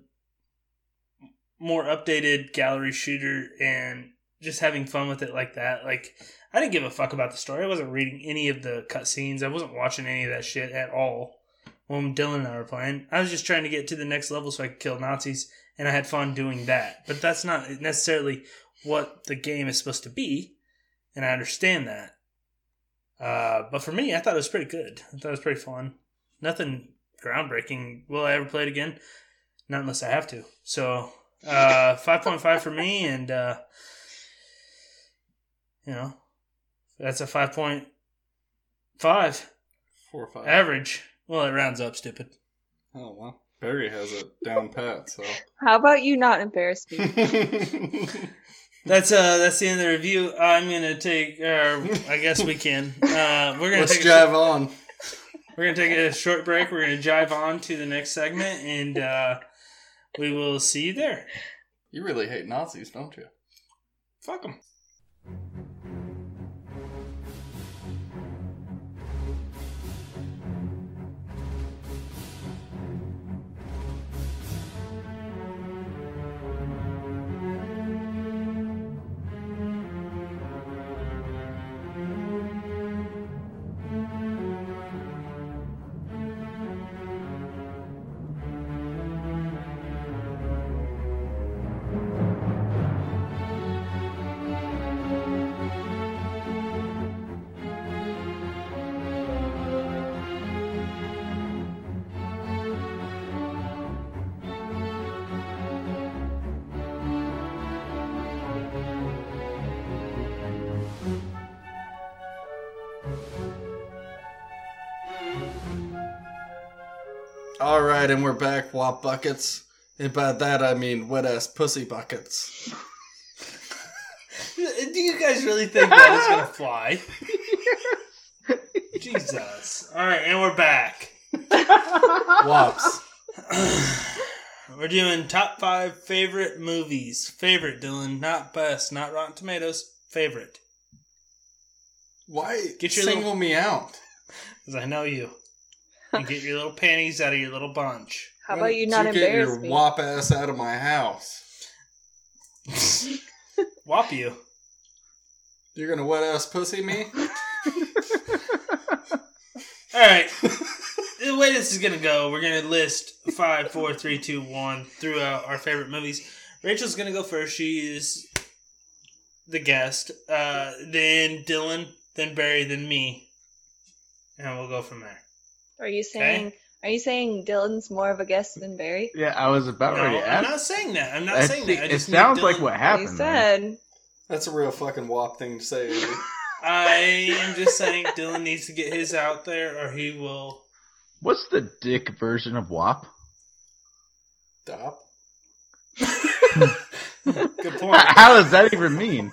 more updated gallery shooter and just having fun with it like that. Like I didn't give a fuck about the story. I wasn't reading any of the cutscenes. I wasn't watching any of that shit at all when Dylan and I were playing. I was just trying to get to the next level so I could kill Nazis, and I had fun doing that. But that's not necessarily what the game is supposed to be, and I understand that. Uh, but for me, I thought it was pretty good. I thought it was pretty fun. Nothing groundbreaking. Will I ever play it again? Not unless I have to. So, uh, 5.5 for me, and, uh, you know, that's a 5.5 Four or five. average. Well, it rounds up, stupid. Oh well, Barry has it down pat. So How about you not embarrass me? That's uh, that's the end of the review. I'm gonna take. Uh, I guess we can. Uh, we're gonna let's take. A, jive on. we're gonna take a short break. We're gonna jive on to the next segment, and uh, we will see you there. You really hate Nazis, don't you? Fuck them. All right, and we're back. Wop buckets, and by that I mean wet ass pussy buckets. Do you guys really think that is gonna fly? Jesus. All right, and we're back. Wops. We're doing top five favorite movies. Favorite, Dylan, not best, not Rotten Tomatoes. Favorite, Why Get your single little- me out? because I know you. You get your little panties out of your little bunch. How Why about you don't not get embarrass your me? wop ass out of my house? Whop you. You're gonna wet ass pussy me? All right. the way this is gonna go, we're gonna list five, four, three, two, one throughout our favorite movies. Rachel's gonna go first. She is the guest. Uh, then Dylan, then Barry, then me, and we'll go from there. Are you saying are you saying Dylan's more of a guest than Barry? Yeah, I was about No, ready to I'm ask. not saying that. I'm not That's saying the- that. I it just need sounds Dylan- like what he happened. said man. That's a real fucking wop thing to say. Andy. I am just saying Dylan needs to get his out there or he will. What's the dick version of WAP? Stop. Good point. How does that even mean?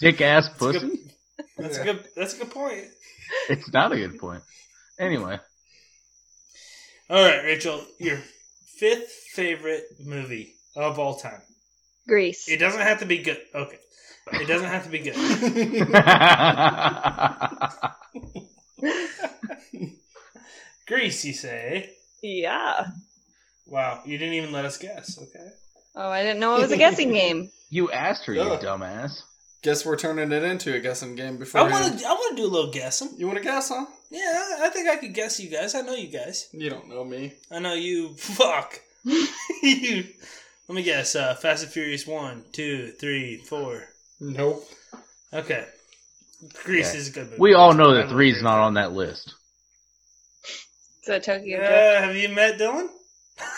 Dick ass pussy? That's a good. That's a good point. It's not a good point. Anyway, All right, Rachel, your fifth favorite movie of all time. Grease. It doesn't have to be good. Okay, it doesn't have to be good. I Grease, you say? Yeah. Wow, you didn't even let us guess. Okay. Oh, I didn't know it was a guessing game. you asked her, you Ugh. dumbass. Guess we're turning it into a guessing game before. I want to. I want to do a little guessing. You want to guess, huh? Yeah, I- I think I could guess you guys. I know you guys. You don't know me. I know you. Fuck. you. Let me guess. Uh, Fast and Furious one, two, three, four. Nope. Okay. Grease Okay. is a good movie. We all know I that will three's agree. not on that list. So Tokyo Drift. Yeah, have you met Dylan?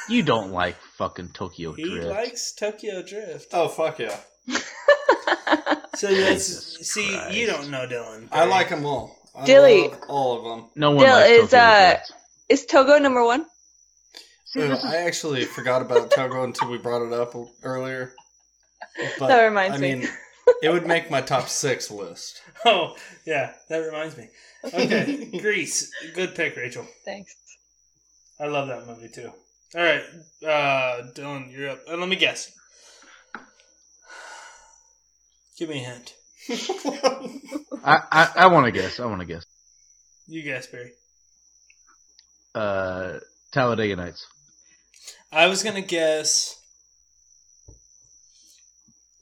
You don't like fucking Tokyo He Oh, Drift. likes Tokyo Drift. Oh fuck yeah! So that's Jesus see, you don't Christ. know Dylan. I like them all. I Dilly. love all of them. no one Dill likes is, Tokyo uh, Drift. Is Togo number one? See, this is- I actually forgot about Togo until we brought it up earlier. But, That reminds I me. mean, it would make my top six list. Oh yeah, that reminds me. Okay, Grease, good pick, Rachel. Thanks. I love that movie too. All right, uh, Dylan, you're up. Uh, let me guess. Give me a hint. I, I, I want to guess. I want to guess. You guess, Barry. Uh, Talladega Nights. I was gonna guess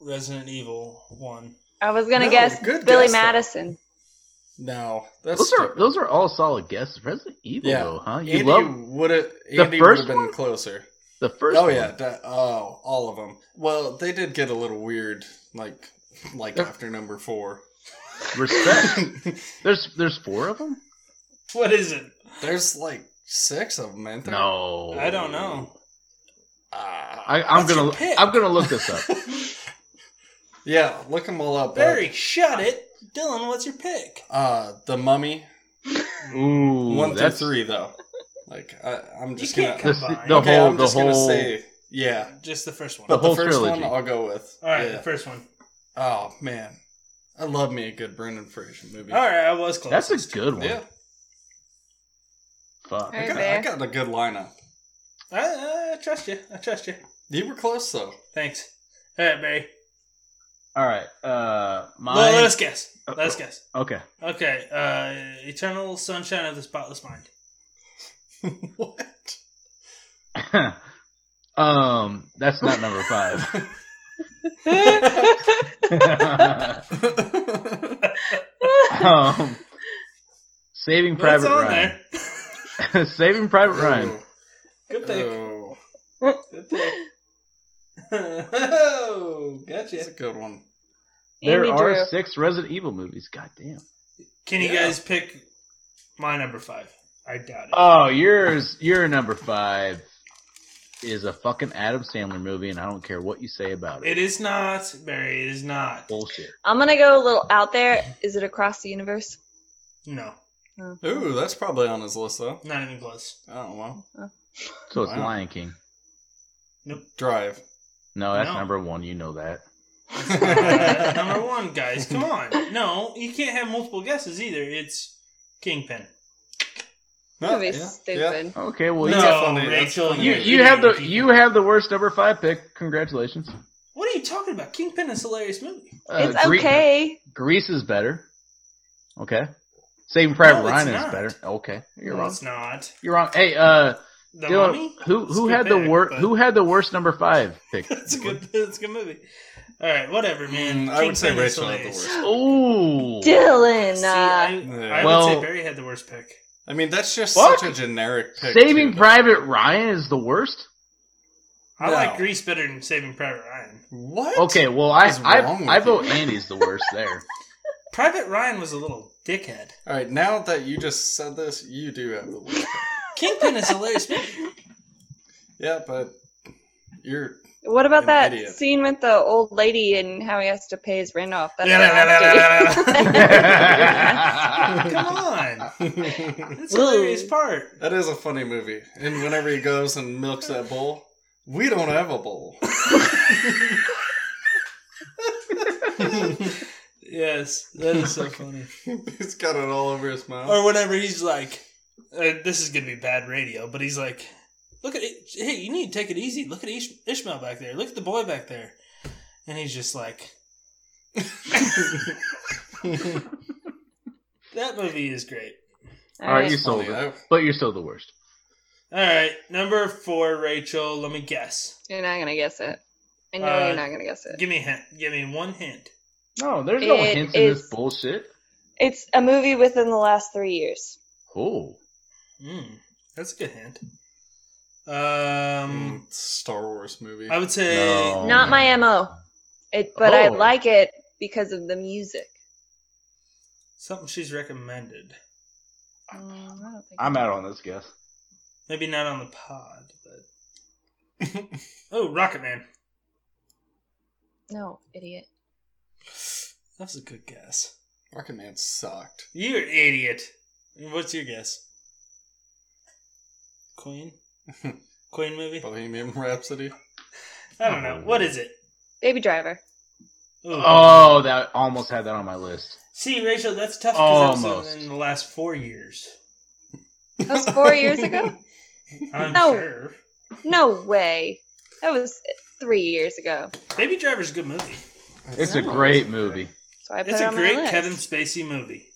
Resident Evil One. I was gonna No, guess good Billy guess, though. Madison. no, that's Those are stupid. those are all solid guesses. Resident Evil, Yeah. though, huh? You Andy love would have. The Andy would first have been one? closer. the first. oh one. yeah, that, oh all of them. Well, they did get a little weird, like like They're- after number four. Respect. there's there's four of them. What is it? There's like six of them, man. No, I don't know. Ah. I, I'm What's your gonna pick? I'm gonna look this up. Yeah, look them all up. Barry, shut it. Dylan, what's your pick? Uh, the Mummy. Ooh, One through that's- three, though. Like I, I'm just can't gonna. come- this- Combined. the okay, whole I'm the just whole gonna say yeah. Just the first one. But the, whole first trilogy. one, I'll go with. All right, Yeah. the first one. Oh man, I love me a good Brendan Fraser movie. All right, I was close. that's a good one. Yeah, Fuck. I Hey, got, I Bear. got a good lineup. I, I trust you. I trust you. You were close though. Thanks. All right, Barry. All right, uh, my Well, let us guess. Let us guess. okay. Okay. Uh, Eternal Sunshine of the Spotless Mind. what? um, that's not number five. um, Saving That's Private Ryan. Saving Private Ryan. Good pick. Oh, Good pick. oh, gotcha. that's a good one. There Andy are Drew. six Resident Evil movies. Goddamn. Can you Yeah. guys pick my number five? I doubt it. Oh, yours, your number five is a fucking Adam Sandler movie, and I don't care what you say about it. it is not, Barry. It is not. Bullshit. I'm gonna go a little out there. Is it across the universe? No, Oh. Ooh, that's probably on his list though. not even close. Oh well, So it's Wow. Lion King. Drive. No, that's No. number one. You know that. Uh, number one, guys. Come on. No, you can't have multiple guesses either. It's Kingpin. No, That'd be yeah, yeah. stupid. Okay, well no, you, definitely- that's Rachel, funny. you you're you have the eating you Kingpin. have the worst number five pick. Congratulations. What are you talking about? Kingpin is a hilarious movie. Uh, it's Gre- okay. Grease is better. Okay. Saving Private No, it's Ryan is not. better. Okay, you're No, wrong. it's not. You're wrong. Hey, uh, The Dylan, Mummy. who It's a who good had the pick, worst but- who had the worst number five pick? That's a good. That's a good movie. All right, whatever, man. Mm, I would say Kingpin is Rachel had the hilarious. worst. Ooh. Dylan. See, uh, I, I Well- would say Barry had the worst pick. I mean, that's just Fuck. such a generic pick. Saving too. Private Ryan is the worst. I No. like Grease better than Saving Private Ryan. What? Okay, well I is wrong with I, I you? vote Andy's the worst there. Private Ryan was a little dickhead. All right, now that you just said this, you do have the list. Kingpin is a hilarious movie. yeah, but You're What about An that idiot. scene with the old lady and how he has to pay his rent off? That's nasty. Come on. that That's Whoa. the hilarious part. is a funny movie. And whenever he goes and milks that bowl, we don't have a bowl. Yes, that is so funny. He's got it all over his mouth. Or whenever he's like, uh, this is going to be bad radio, but he's like, look at it. Hey, you need to take it easy. Look at Ish- Ishmael back there. Look at the boy back there. And he's just like, Oh. that movie is great. All right, you Alright. sold Funny, it, I- but you're still the worst. All right, number four, Rachel. Let me guess. You're not gonna guess it. I know Uh, you're not gonna guess it. Give me a hint. Give me one hint. No, there's no It hints in this is- bullshit. It's a movie within the last three years. Oh, Mm, that's a good hint. Um, Mm, Star Wars movie. I would say No. Oh, not my man. mo. It, but I Oh. like it because of the music. something she's recommended. Mm, I'm out on this guess. Maybe not on the pod, but oh, Rocket Man. No, idiot. That was a good guess. Rocket Man sucked. You're an idiot. What's your guess? Queen. Queen movie. Bohemian Rhapsody. I don't know. What is it? Baby Driver. Ooh. Oh, that almost had that on my list. See, Rachel, that's tough because that was Almost. in the last four years. That was four years ago. I'm No. sure. No way. That was three years ago. Baby Driver's a good movie. It's a great movie. So I put It's it a on my great list. Kevin Spacey movie.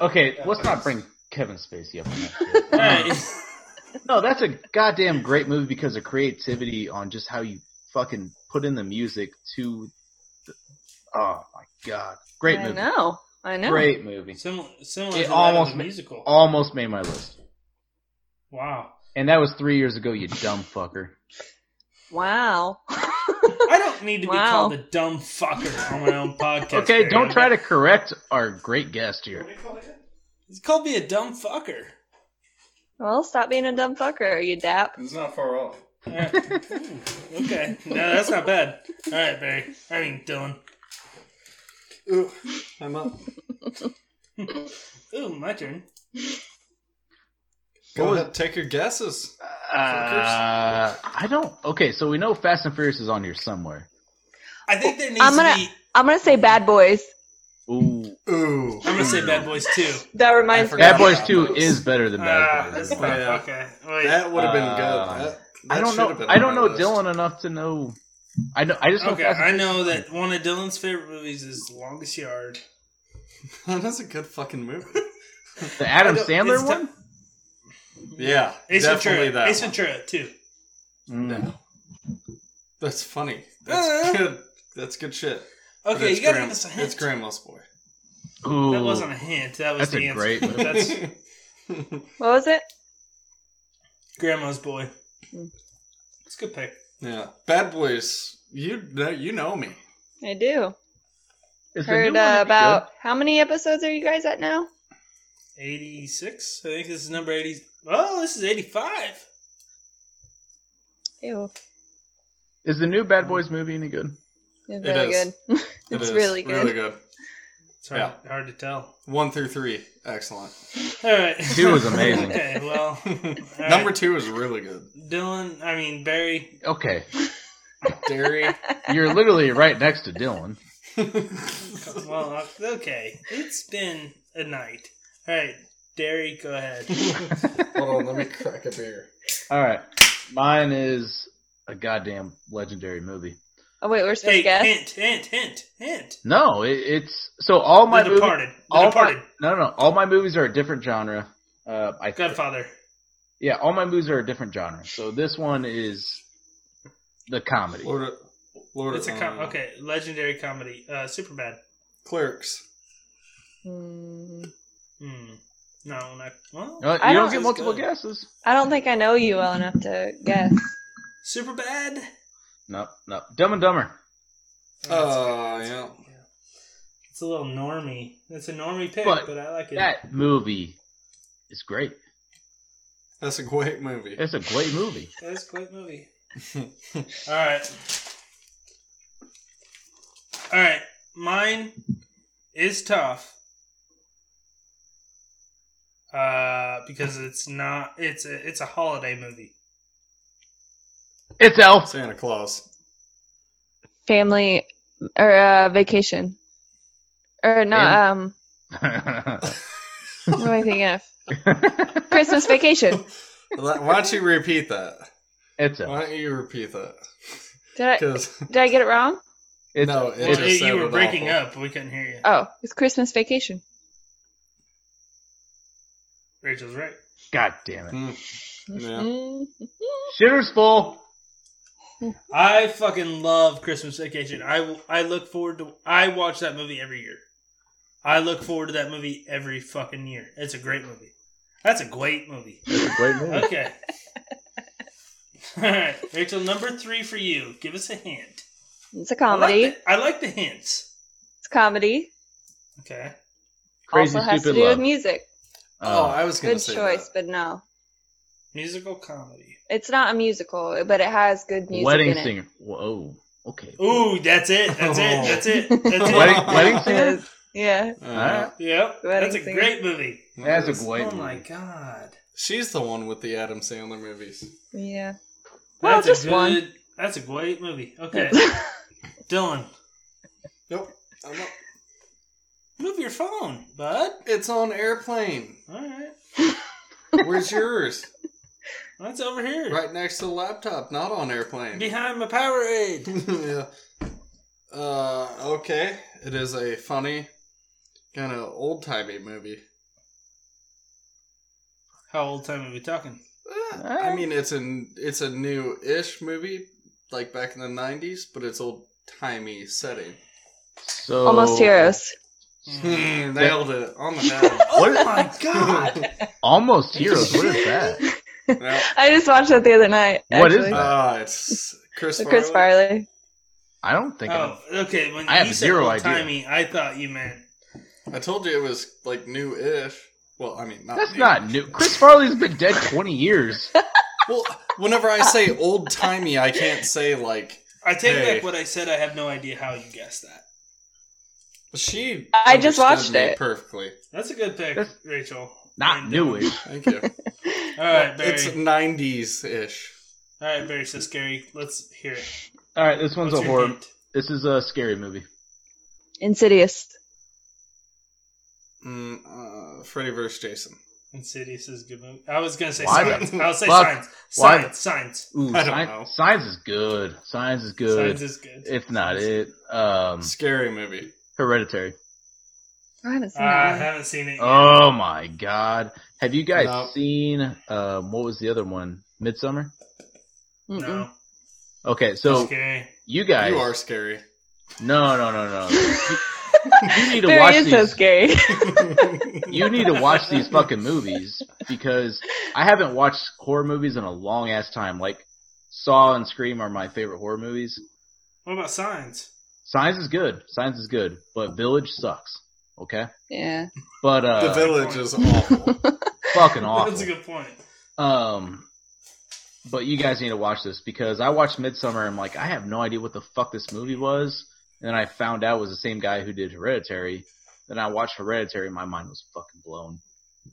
Okay, let's not bring Kevin Spacey up on that. shit. All right. No, that's a goddamn great movie because of creativity on just how you fucking put in the music to. The, oh my god, great I movie, know. I know. great movie. Similar, similar It to almost almost ma- oh. musical. Almost made my list, wow. and that was three years ago. You dumb fucker. Wow. I don't need to be Wow. called a dumb fucker on my own podcast. Okay, Barry. don't try to correct our great guest here. It's called me a dumb fucker. well, stop being a dumb fucker, you dap. It's not far off. All right. Ooh, okay, no, that's not bad. All right, Barry. I mean, Dylan. Ooh, I'm up. Ooh, my turn. Go was- ahead, take your guesses. Uh, I don't. Okay, so we know Fast and Furious is on here somewhere. I think there needs I'm gonna- to be. I'm gonna say Bad Boys. Ooh, Ooh. I'm gonna say Bad Boys Two. That reminds I me. Bad forgot Boys about Two those. is better than Ah, Bad that's Boys. not Yeah. okay. Wait. That would have been good. Uh, That, that I don't should have know. been I on don't my know list. Dylan enough to know. I know. I just know. Okay, Fast and I know that one of Dylan's favorite movies is Longest Yard. That is a good fucking movie. The Adam I don't- it's Sandler t- one? Yeah, Ace definitely Ventura. that. Ace one. Ventura too. Mm. No. That's funny. Uh. That's good. That's good shit. But Okay, it's you gotta Grand- give us a hint. It's Grandma's Boy. Ooh. That wasn't a hint. That was That's the a answer. great movie. That's What was it? Grandma's Boy. Mm. It's a good pick. yeah, Bad Boys. You know, you know me. I do. Is the new Heard one any uh, good? about how many episodes are you guys at now? 86? I think this is number 80. Oh, this is 85. Ew, Is the new Bad Boys movie any good? it's It really is. good. It it's is really good. Really good. It's hard, hard to tell. One through three, excellent. All right. Two was amazing. okay, well, right. Number two is really good. Dylan, I mean, Barry. Okay, Dairy. you're literally right next to Dylan. Well, okay. It's been a night. All right, Derry, go ahead. Hold on, let me crack a beer. All right, mine is a goddamn legendary movie. Oh wait, we're supposed Hey, to guess. hint, hint, hint, hint. No, it, it's so all my the movies- Departed. The all Departed. My, no, no, all my movies are a different genre. Uh, I Godfather. yeah, all my movies are a different genre. So this one is the comedy. Lord, of- Lord. It's a of- com- uh, okay, legendary comedy. Uh, Superbad. Clerks. Hmm. Hmm. No, not well. Uh, I you don't don't- get multiple good. guesses. I don't think I know you well enough to guess. Superbad. No, no, Dumb and Dumber. Oh, yeah. It's a little normy. It's a normy pick, but, But I like it. That movie is great. That's a great movie. It's a great movie. That's a great movie. All right. All right. Mine is tough. Uh, because it's not it's a, it's a holiday movie. It's Elf. Santa Claus. Family or uh, vacation. Or not, um, what am I thinking of? Christmas vacation. Why don't you repeat that? it's Elf. Uh, Why don't you repeat that? Did I, Because did I get it wrong? It's no, it Well, just it- you sounded were breaking awful. up. We couldn't hear you. Oh, it's Christmas vacation. Rachel's right. God damn Hmm. it. Yeah. Mm. Mm-hmm. Shitter's full. I fucking love Christmas Vacation. I I look forward to. I watch that movie every year. I look forward to that movie every fucking year. It's a great movie. That's a great movie. It's a great movie. Uh, Okay. All right, Rachel. Number three for you. Give us a hint. It's a I like comedy. the- I like the hints. It's comedy. Okay. Crazy also has to Stupid do Love. with music. Oh, Uh, I was gonna Good say choice, that. but no. Musical comedy. It's not a musical, but it has good music. wedding in it. Singer. Whoa. Okay. Ooh, that's it. That's it. That's it. That's it. Wedding, wedding It Singer? is. Yeah. Uh, Yep. Wedding That's a Singer. great movie. That's a yes. great oh movie. my god. She's the one with the Adam Sandler movies. Yeah. Well, That's just a good, one. That's a great movie. Okay, Dylan, Nope. I'm not- move your phone, bud. It's on airplane. All right, Where's yours? that's over here, Right next to the laptop, not on airplane. behind my Powerade. yeah. Uh, okay. It is a funny, kind of old timey movie. How old time are we talking? Eh, I mean, it's an it's a new ish movie, like back in the '90s, but it's old timey setting. So, Almost heroes. Hmm, Nailed it on the head. Oh my god! Almost Heroes. What is that? Yeah. I just watched that the other night. What is actually. that? Uh, Ah, it's Chris. With Chris Farley. Farley. I don't think Oh, okay. When I have you said zero old idea. timey, I thought you meant I told you it was like new ish. Well, I mean, not I. That's new. not new. Chris Farley's been dead 20 years. Well, whenever I say old timey, I can't say like I take Hey. back what I said. I have no idea how you guessed that. she. I just understood watched me it. perfectly. That's a good pick, That's- Rachel. Not And newish. Thank you. Dylan. All right, Barry. it's '90s ish. All right, Barry. So scary. Let's hear it. All right, this one's What's a your horror. hint? This is a scary movie. Insidious. Mm, uh, Freddy vs. Jason. Insidious is a good movie. I was gonna say Why signs. did- I'll say Why- signs. why- Signs. Signs. Ooh, I don't Sign- know. Signs is good. Signs is good. Signs is good. it's not it. Um, Scary movie. Hereditary. I haven't seen Uh, I that. one. haven't seen it. Yet. Oh my god. Have you guys No. seen um what was the other one? Midsummer? Mm-mm. no. Okay, mm-hmm. so scary. you guys You are scary. No, no, no, no. You need to Barry watch is so these scary. you need to watch these fucking movies because I haven't watched horror movies in a long ass time. Like Saw and Scream are my favorite horror movies. What about signs? Signs is good. Signs is good, but Village sucks. Okay? yeah. But uh the village is awful. fucking awful. That's a good point. Um, but you guys need to watch this because I watched Midsummer and I'm like, I have no idea what the fuck this movie was. And then I found out it was the same guy who did Hereditary. Then I watched Hereditary and my mind was fucking blown.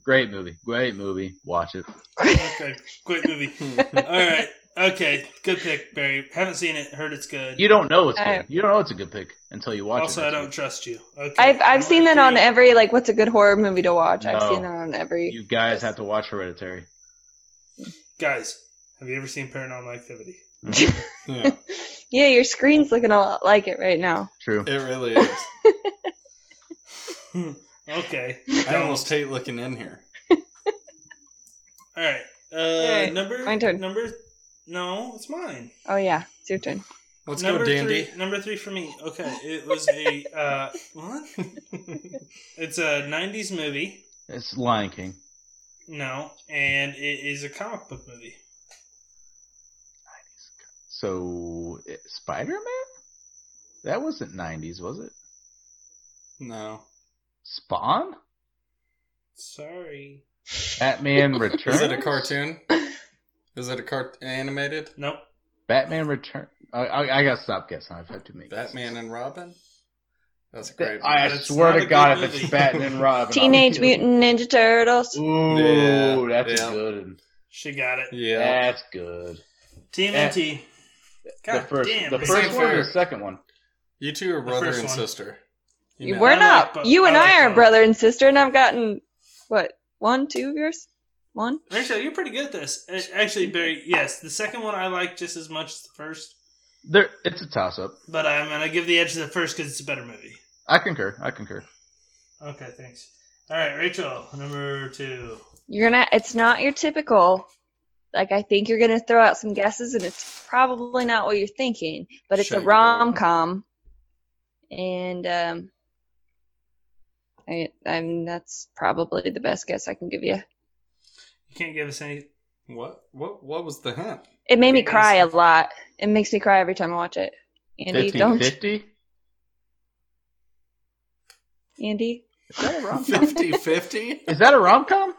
Great movie. Great movie. Watch it. Okay, great movie. All right. Okay, good pick, Barry. Haven't seen it. Heard it's good. You don't know it's good. Alright. You don't know it's a good pick until you watch also, it. I don't trust you. Okay. I've I've seen that on every like what's a good horror movie to watch. I've No. seen that on every You guys have to watch Hereditary. Guys, have you ever seen Paranormal Activity? yeah, Yeah, your screen's looking a lot like it right now. True. it really is. Okay. I almost hate looking in here. All right. Uh, Alright, number. my turn. Number. No, it's mine. Oh yeah, it's your turn. Let's number go, Dandy. Three, number three for me. Okay, it was a uh, what? it's a '90s movie. It's Lion King. No, and it is a comic book movie. So, Spider Man? That wasn't 90s, was it? No, Spawn? Sorry. Batman Returns? is it a cartoon? Is it a cart animated? Nope. Batman Return. I, I, I gotta stop guessing. I've had too many. guesses. Batman and Robin. That's a great. That- I movie. swear not to a God, good if it's movie. Batman and Robin, I'll Teenage kill you. Mutant Ninja Turtles. Ooh, Yeah, that's yeah. a good one. She got it. Yeah. That's good. TMNT. God Eh. the first, damn. the man. first Ain't one, or fair. the second one. You two are brother first and one. sister. You know. We're I like not. both. you and I I, like are both. brother and sister, and I've gotten what one, two of yours, one. Rachel, you're pretty good at this. A- Actually, Barry, yes, the second one I like just as much as the first, There, it's a toss up. but I'm gonna give the edge to the first because it's a better movie. I concur. I concur. Okay, thanks. All right, Rachel, number two. You're gonna. It's not your typical. Like I think you're gonna throw out some guesses, and it's probably not what you're thinking. But it's Shut a your door. rom com, and um, I, I mean that's probably the best guess I can give you. You can't give us any. What? What? What was the hint? It made me Yes. cry a lot. It makes me cry every time I watch it. Andy, Fifteen don't. fifty. Andy. Is that a rom? 50-50? Is that a rom com?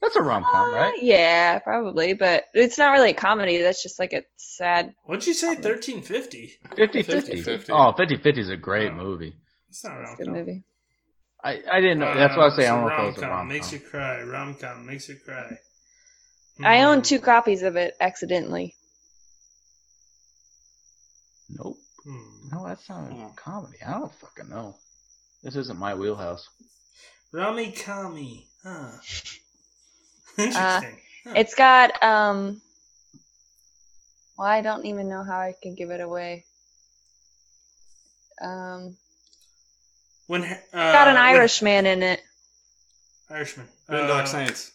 That's a rom com, Uh, right? Yeah, probably, but it's not really a comedy. That's just like a sad. What'd you say? Thirteen fifty. 50 50. 50. Oh, 50 50 is a great Oh. movie. It's not It's rom a good movie. I, I didn't Uh, know. That's why I say I don't know if rom it was a com rom makes you com. cry. Rom com makes you cry. Mm-hmm. I own Mm, two copies of it accidentally. Nope. hmm. No, that's not a Hmm. comedy. I don't fucking know. This isn't my wheelhouse. Rami Kami. Huh. Uh, Interesting. Huh. It's got um. Well, I don't even know how I can give it away. Um, when uh, got an Irishman in it. When, Irishman. Boondock Uh, Saints.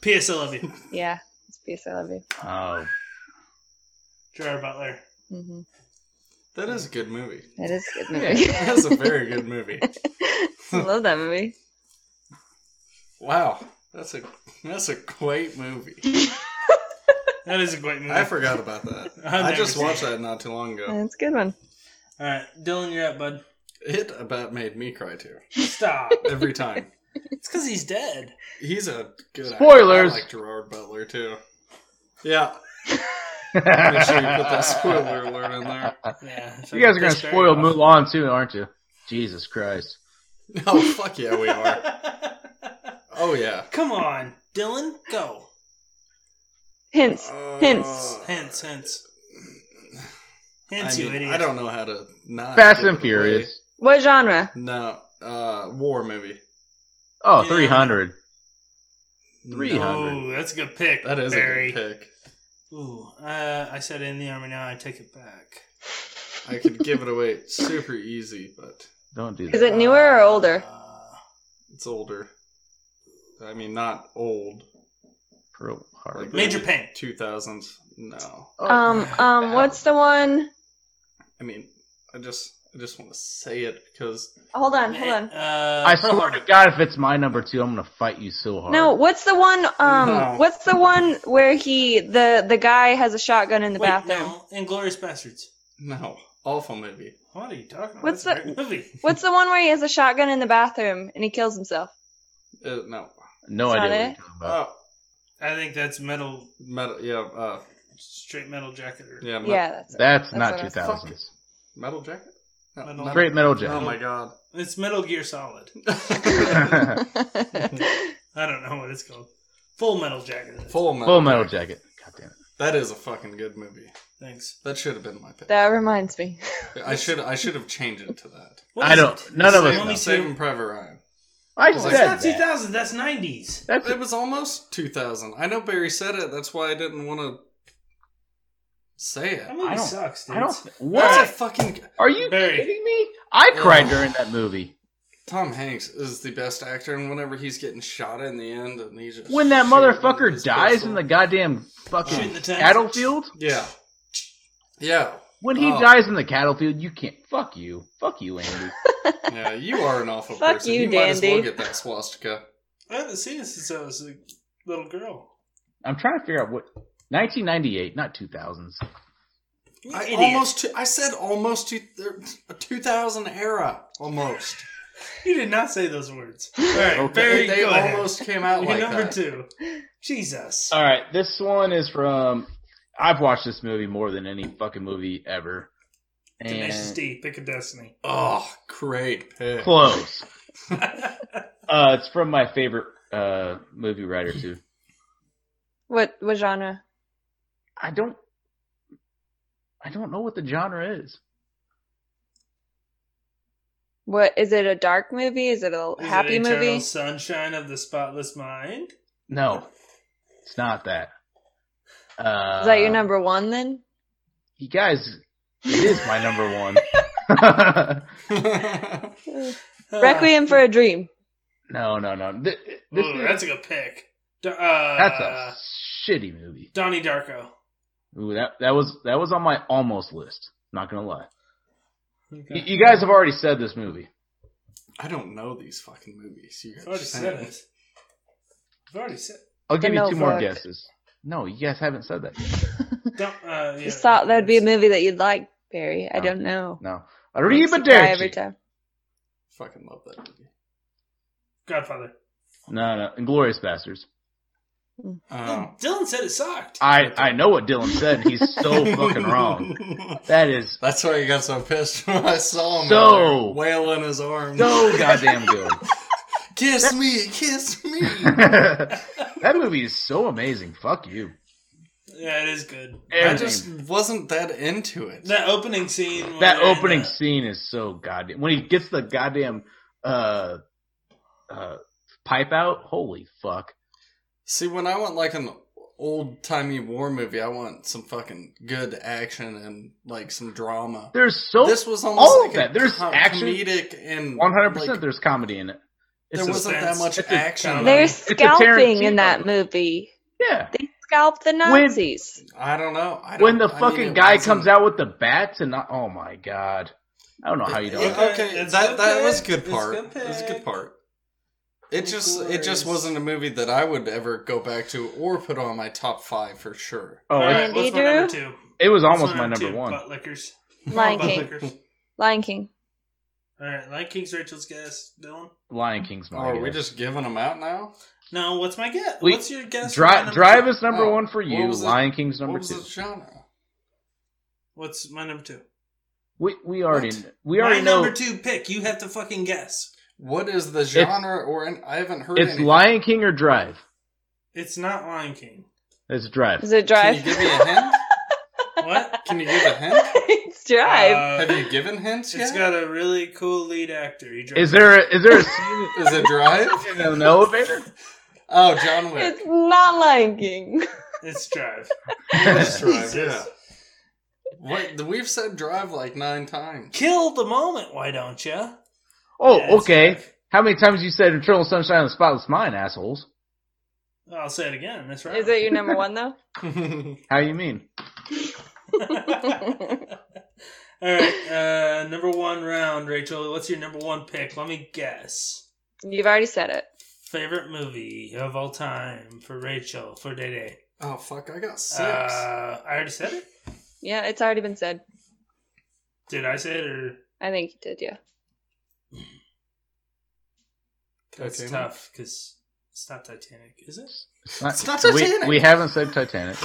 P.S. I love you. Yeah, it's peace. I love you. Oh, Gerard Butler. Mm-hmm. That is a good movie. That is a good movie. that is a very good movie. I love that movie. Wow, that's a that's a great movie. That is a great movie. I forgot about that. Mm. I've I never just seen watched it. that not too long ago. That's a good one. All right, Dylan, you're up, bud. It about made me cry too Stop. every time. it's because he's dead. He's a good actor. Spoilers! I like Gerard Butler too. Yeah, make sure you put that spoiler alert in there. Yeah. You guys are going That's to very spoil rough. Mulan too, aren't you? Jesus Christ. Oh fuck yeah, we are. Oh yeah. Come on, Dylan, go. Hints. Hints. Uh, Hints, hints, I, hints. you mean, idiot. I don't know how to not. Fast give it and away. Furious. What genre? No, uh, war movie. Oh, Yeah. 300. Three. Three. Ooh, that's a good pick. That is Barry. a good pick. Ooh, uh, I said in the army. Now I take it back. I could give it away super easy, but Don't do Is that. it newer or older? Uh, it's older. I mean, not old. Pearl Harbor. Like Major Pain. Two thousands. No. Oh, Um, um, uh, ow. what's the one? I mean, I just, I just want to say it because Hold on, hold on. Uh, I Pearl swear Harbor. to God, if it's my number two, I'm going to fight you so hard. No, what's the one? Um, No. what's the one where he the the guy has a shotgun in the Wait, bathroom? no, Inglorious Bastards. no, awful movie. What are you talking about? What's That's a the- great movie? What's the one where he has a shotgun in the bathroom and he kills himself? Uh, no. no it's not idea what it? you're talking about. Oh, I think that's metal, metal. Yeah. Uh, straight metal jacket. Or yeah. Me- yeah, that's it. That's, That's not what I- 2000s. Metal jacket. No, Metal- Great metal Oh my jacket. god. It's Metal Gear Solid. I don't know what it's called. Full Metal Jacket. Full metal. Full metal jacket. God damn it. That is a fucking good movie. Thanks. That should have been my pick. that reminds me. I should I should have changed it to that. What I is don't- it? none of us Let me know. see. Saving Private Ryan. I It's said like- That's not that. 2000. That's 90s. That's It was almost 2000. I know Barry said it. That's why I didn't want to say That it. movie I don't- sucks, dude. I don't. That's a What fucking are you Barry. kidding me? I cried Ugh. during that movie. Tom Hanks is the best actor, and whenever he's getting shot in the end, and he's just When that shooting with motherfucker his dies pistol. in the goddamn Shooting fucking the tank. cattle field. yeah, yeah, When he Oh. dies in the cattle field, you can't. Fuck you. Fuck you, Andy. yeah. You are an awful Fuck person. you, might as well Dandy. get that swastika. I haven't seen it since I was a little girl. I'm trying to figure out what. 1998, not 2000s. You I idiot. almost. I said almost two, a 2000 era almost. You did not say those words. All right, Okay. Barry, they go ahead. almost came out You're like number that. two. Jesus. All right, this one is from. I've watched this movie more than any fucking movie ever. Tenacious And D, pick a destiny. Oh, great pick. close. Uh, it's from my favorite uh, movie writer too. What what genre? I don't. I don't know what the genre is. What is it? A dark movie? Is it a Is happy it Eternal movie? Sunshine of the Spotless Mind? No, it's not that. Uh, Is that your number one then? You guys, it is my number one. Uh, Requiem for a Dream. no, no, no. Th- Ooh, This, is- that's a good pick. D- Uh, that's a shitty movie. Donnie Darko. Ooh, that that was that was on my almost list. Not gonna lie. Y- You guys have already said this movie. I don't know these fucking movies. You guys I've already just said saying. it. I've already said. I'll give The you two more Notebook. guesses. No, you guys haven't said that. Yet. Don't, uh, yeah, Just thought that'd be a that's- movie that you'd like, Barry. I No. don't know. No. Makes you cry every Arrivederci. time. Fucking love that movie. Godfather. No, no. Inglorious Bastards. Oh. Dylan said it sucked. I I know what Dylan said. and He's so fucking wrong. That is That's why he got so pissed when I saw him So- out there wailing his arms. so goddamn good. Kiss me, kiss me. that movie is so amazing. Fuck you. Yeah, it is good. I Everything. just wasn't that into it. That opening scene. when that they're in opening the- scene is so goddamn. When he gets the goddamn uh uh pipe out, holy fuck. See, when I want like an old timey war movie, I want some fucking good action and like some drama. There's so this was almost all like of that. A There's co- action. comedic and One hundred percent. like, There's comedy in it. It's there a- wasn't that suspense. much It's a action. comedy. There's There's a scalping in Tarantino. that movie. yeah. They scalped the Nazis. I don't know. I don't, When the I mean, fucking it guy wasn't- comes out with the bats and not, oh my god, I don't know how you don't. Yeah, Okay, okay, that's that good that was pick. good That's part. good It was a pick. good part. It just it Inglorious. just wasn't a movie that I would ever go back to or put on my top five for sure. Oh, All it, right, what's my Andy number Drew? two? it was almost What's my number two? one. Butt lickers. Lion Butt King. lickers. Lion King. All right, Lion King's Rachel's guess. Dylan. Lion King's my. Oh, are we guess. just giving them out now? No, what's my guess? We- what's your guess? for my Dri- number Drive two? is number Oh, one for what you. was it? Lion King's number What was two. the genre? What's my number two? We we already What? we already my know number two pick. You have to fucking guess. What is the genre? or an, I haven't heard. it's anything. Lion King or Drive. It's not Lion King. It's Drive. Is Can it Drive? you give me a hint? What? Can you give a hint? it's Drive. Uh, Have you given hints It's yet? got a really cool lead actor. He drives- Is there a, is there a scene Is it Drive? in an elevator? Oh, John it's Wick. not Lion King. It's Drive. It's Drive. Yeah. Jesus. What we've said Drive like nine times. Kill the moment, why don't you? Oh, Yeah, it's okay. Drive. How many times you said "Eternal Sunshine of the Spotless Mind," assholes? I'll say it again. That's right. Is it your number one though? Oh, How you mean? All right. Uh, number one round, Rachel. What's your number one pick? Let me guess. You've already said it. Favorite movie of all time for Rachel for Day Day. oh fuck! I got six. Uh, I already said it. Yeah, it's already been said. Did I say it or? I think you did, yeah. That's Titanic. tough because it's not Titanic, is it? It's not, It's not we- Titanic. We, haven't said Titanic.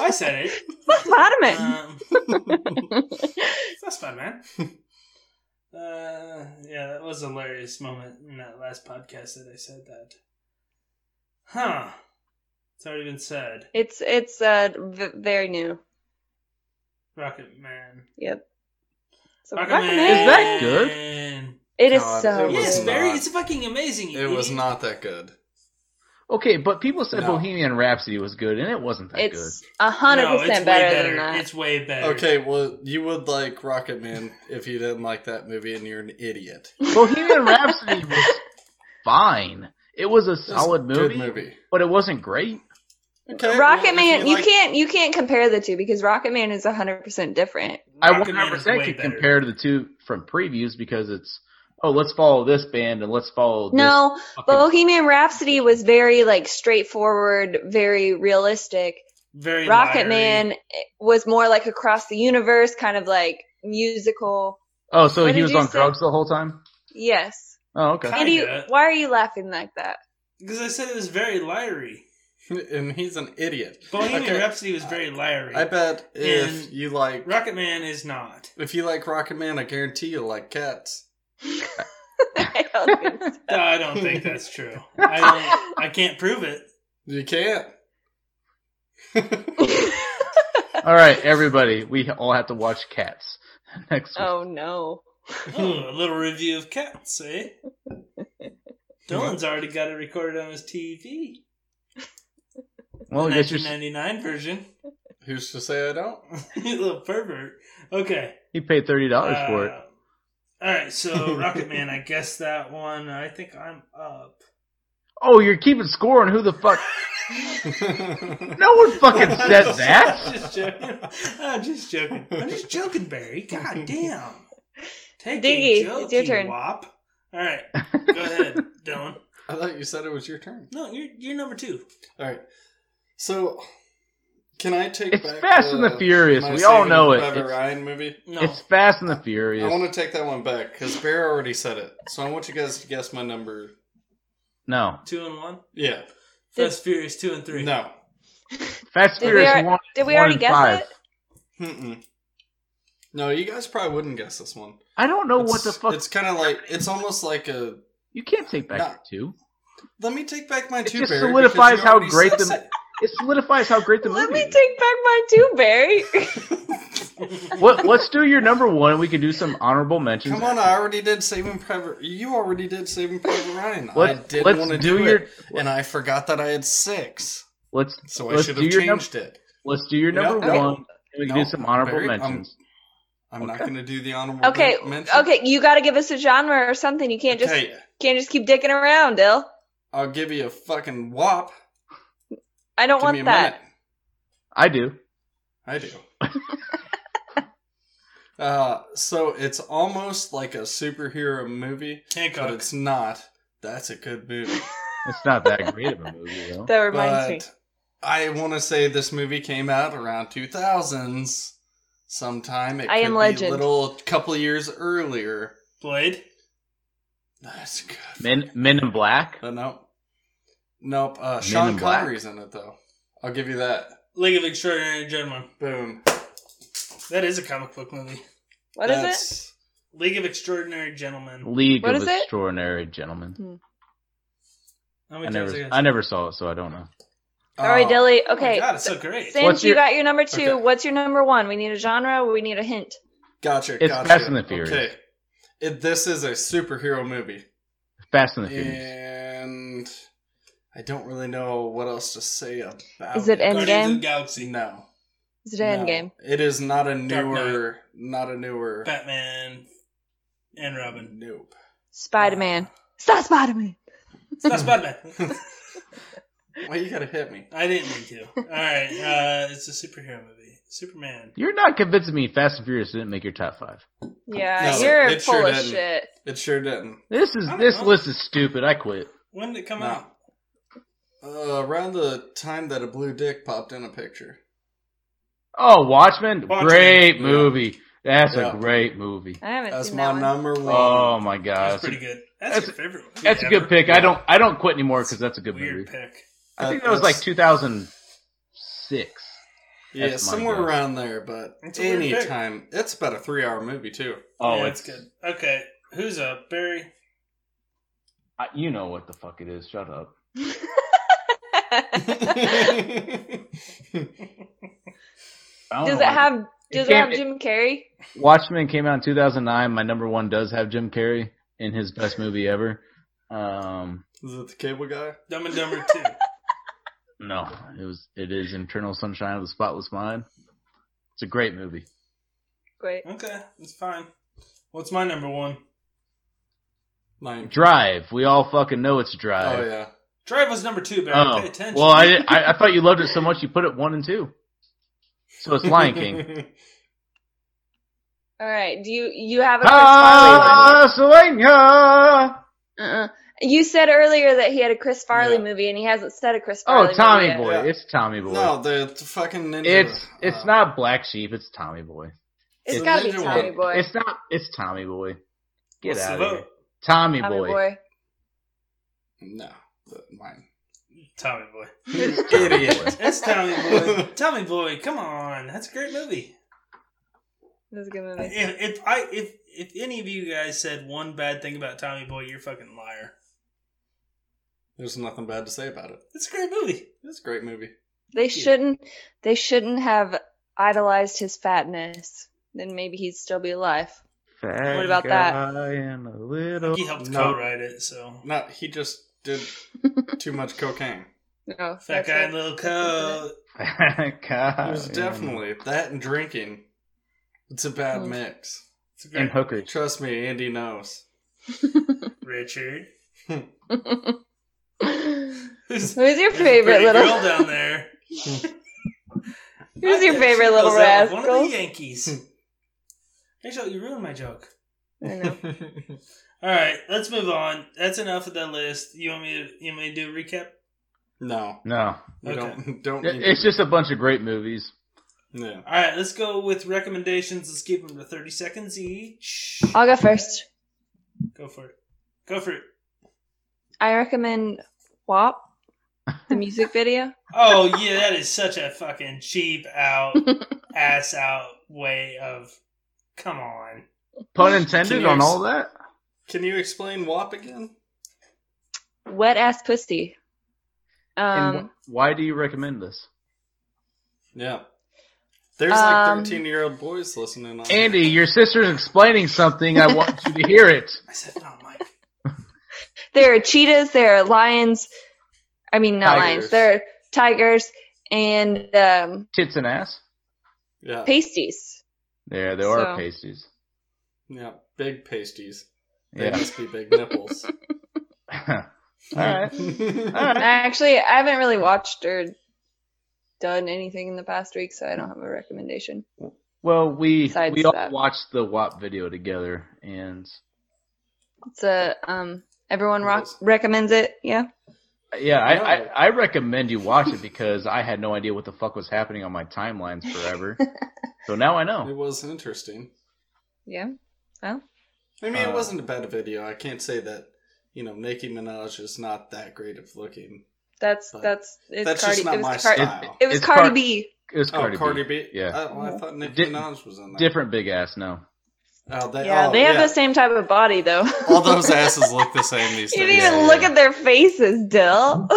I said it. Vitamin. Um, that's bad, man. Uh, yeah, that was a hilarious moment in that last podcast that I said that. Huh. It's already been said. it's it's uh v- very new. Rocket Man. Yep. So Rocket Rocketman. Man. Is that good? It is God, so it Yes, was good. Barry. not. It's fucking amazing. you It was idiot. not that good. Okay, but people said No. Bohemian Rhapsody was good, and it wasn't that It's a hundred No, it's way percent better than that. It's way better. Okay, well, you would like Rocket Man if you didn't like that movie, and you're an idiot. good. Bohemian Rhapsody was fine. It was a That's a solid good movie, movie. but it wasn't great. Okay, well, Rocket if Man, you like- can't you can't compare the two because Rocket Man is hundred percent different. I Rocket Man is 100% way could better. compare the two from previews because it's oh, let's follow this band and let's follow this No, fucking- Bohemian Rhapsody was very like straightforward, very realistic. Very Rocket liary. Man was more like across the universe, kind of like musical. Oh, so What he did was you on say? drugs the whole time? Yes. Oh, okay. Kinda. Andy, why are you laughing like that? Because I said it was very liary. and he's an idiot. Bohemian Okay, Rhapsody was very liary. I bet if And- you like Rocket Man is not. if you like Rocket Man, I guarantee you'll like cats. I don't think so. No, I don't think that's true. I don't. I can't prove it. You can't. All right, everybody, we all have to watch Cats next week. oh no. Hmm. Oh, a little review of Cats, eh? Dylan's already got it recorded on his TV. well, I guess you're, 1999 version. Who's to say I don't? you little pervert. Okay. he paid thirty dollars for it. uh, All right, so Rocket Man, I guess that one. I think I'm up. Oh, you're keeping score on who the fuck? No one fucking said I'm that. just joking. I'm just joking. I'm just joking, Barry. God damn. Take Diggy, a joke, it's your you turn. Wop. All right, go ahead, Dylan. I thought you said it was your turn. No, you're you're number two. All right. So, can I take It's back Fast and uh, the Furious. my We all Saving know it. Private It's- Ryan movie. No, It's Fast and the I Furious. want to take that one back because Bear already said it. So I want you guys to guess my number. No, two and one. Yeah. Fast Furious two and three. No. Fast Did we Furious al- one. did we one already and guess five. it? Mm-mm. No, you guys probably wouldn't guess this one. I don't know what It's- the fuck. It's kind of like it's almost like a. You can't take back No. your two. Let me take back my It two. just Barry, because solidifies you how already great said the- it. It solidifies how great the Let me movie. is. take back my two, Barry. What, let's do your number one. and We can do some honorable mentions. Come on, I already did Saving Private. You already did Saving Private Ryan. I Let, didn't let's want to do, do, your it, and I forgot that I had six, let's so I Let's should do have your num- changed it. let's do your No, number no. one. and we No, can um, do some honorable Barry, I'm- mentions. I'm not going to do the honorable okay, mention. okay, you got to give us a genre or something. You can't just Okay, can't just keep dicking around, Dill. I'll give you a fucking whop. I don't Give me a want that. minute. I do. I do. uh, so it's almost like a superhero movie, but Hancock. it's not. That's a good movie. It's not that great of a movie though. That reminds me. but I want to say this movie came out around 2000s sometime. It I could Am be Legend. A little couple years earlier. Blade. That's good. Men Men in Black. But nope. Nope. Uh, Men Sean in Black? Connery's in it, though. I'll give you that. League of Extraordinary Gentlemen. Boom. That is a comic book movie. What is it? That's- League of Extraordinary Gentlemen. League What of is it? Extraordinary Gentlemen. How I many times never I, I never saw it, so I don't know. All right, Oh, Dilly. Oh my Okay, God, it's so great. since What's you your- got your number two, Okay. what's your number one? We need a genre. We need a hint. Gotcha. It's gotcha. Fast and the Furious. Okay. It, this is a superhero movie. Fast and the Furious. And I don't really know what else to say about Is it Guardians of the Endgame? Galaxy. No. Is it Endgame? No. It is not a Dark newer, not a newer. Batman and Robin. Nope. Spider Man. Stop Spider Man. It's not Spider-Man. Why you gotta hit me? I didn't mean to. All right, uh, it's a superhero movie. Superman. You're not convincing me Fast and Furious didn't make your top five. Yeah, No, you're it full sure of didn't. shit. It sure didn't. This is I don't this know. list is stupid. I quit. When did it come No. out? Uh, around the time that a blue dick popped in a picture. Oh, Watchmen, Watchmen, great yeah. movie. That's Yeah. a great movie. I haven't That's seen my that one. number one. Oh my god, That's that's, pretty a, good. That's, that's- your favorite. movie that's a good ever. pick. I don't I don't quit anymore because that's a good Weird movie. pick. I think That- that was like that's- 2006. Yeah, That's my somewhere guess. around there, but It's a weird pick. anytime. It's about a three hour movie, too. Oh, yeah, it's it's good. Okay, who's up? Barry. I, you know what the fuck it is. Shut up. I don't does it know why. have Does it can't- have Jim Carrey? Watchmen came out in 2009. My number one does have Jim Carrey in his best movie ever. Um, Is it the cable guy? Dumb and Dumber Two. no, it was it is Internal Sunshine of the Spotless Mind. It's a great movie. Wait. Okay, it's fine. What's my number one? Lion King. Drive. We all fucking know it's Drive. Oh, yeah. Drive was number two, Barry. Pay Oh, attention. well, I, did- I I thought you loved it so much you put it one and two. So it's Lion King. All right. Do you you have a Ah! Chris Castlevania. Farley? Uh-uh. You said earlier that he had a Chris Farley Yeah. movie, and he hasn't said a Chris Farley. Oh, movie Tommy yet. Boy. Yeah. It's Tommy Boy. no, the, the fucking ninja. it's it's uh, not Black Sheep. It's Tommy Boy. It's It's got to be Ninja Tommy Warrior. Boy. It's not. It's Tommy Boy. Get What's the out of here. vote? Tommy, Tommy boy. Boy. No, but mine. Tommy Boy. Idiot. That's Tommy Boy. Tommy Boy, come on. That's a great movie. That's a good movie. If, if I if if any of you guys said one bad thing about Tommy Boy, you're a fucking liar. There's nothing bad to say about it. It's a great movie. It's a great movie. They shouldn't. They shouldn't have idolized his fatness. Then maybe he'd still be alive. What about that? And a little. He helped No. co-write it, so No, he just did too much cocaine. No, Fat that's Guy and right. Little Co. It was definitely that and drinking. It's a bad Mm. mix. It's a great And hookers. Trust me, Andy knows. Richard. Who's Who's your there's a favorite pretty little? girl down there? Who's I your bet favorite she little goes out with One of rascal? the Yankees. Rachel, you ruined my joke. I know. All right, let's move on. That's enough of that list. You want me to? You want me to do a recap? No, No, you Okay. don't. Don't. It- need it's to- just a bunch of great movies. yeah. All right, let's go with recommendations. Let's keep them to thirty seconds each. I'll go first. Go for it. Go for it. I recommend WAP, the music video. Oh yeah, that is such a fucking cheap out, ass out way of. Come on. Pun Can intended you on ex- all that. Can you explain WAP again? Wet ass pussy. And Um, wh- why do you recommend this, Yeah. There's like Um, 13 year old boys listening. On Andy? Your sister's explaining something. I want you to hear it. I said oh it on mic. there are cheetahs, there are lions. I mean, not Tigers. lions. There are tigers and um, Tits and ass. Yeah. pasties. There, there So- are pasties. yeah. Big pasties. They Yeah. must be big nipples. all right. I actually, I haven't really watched or done anything in the past week, so I don't have a recommendation. Well, we Besides we all that. watched the WAP video together, and It's a um, everyone rock- Nice. recommends it. Yeah. yeah, I, I, No. I recommend you watch it because I had no idea what the fuck was happening on my timelines forever. so now I It know. was interesting. Yeah. I mean, Uh, it wasn't a bad video. I can't say that, you know, Nicki Minaj is not that great of looking. That's But that's it's That's Cardi. just not it was, my Car- style. it was It's Cardi Car- B. It was Cardi, oh, Cardi B. B. Yeah. Oh, I thought Nicki Di- Minaj was in that. Different big ass, no. Oh, they, yeah, oh, they have yeah. the same type of body though. All those asses look the same these you days. didn't even look at their faces, Dill.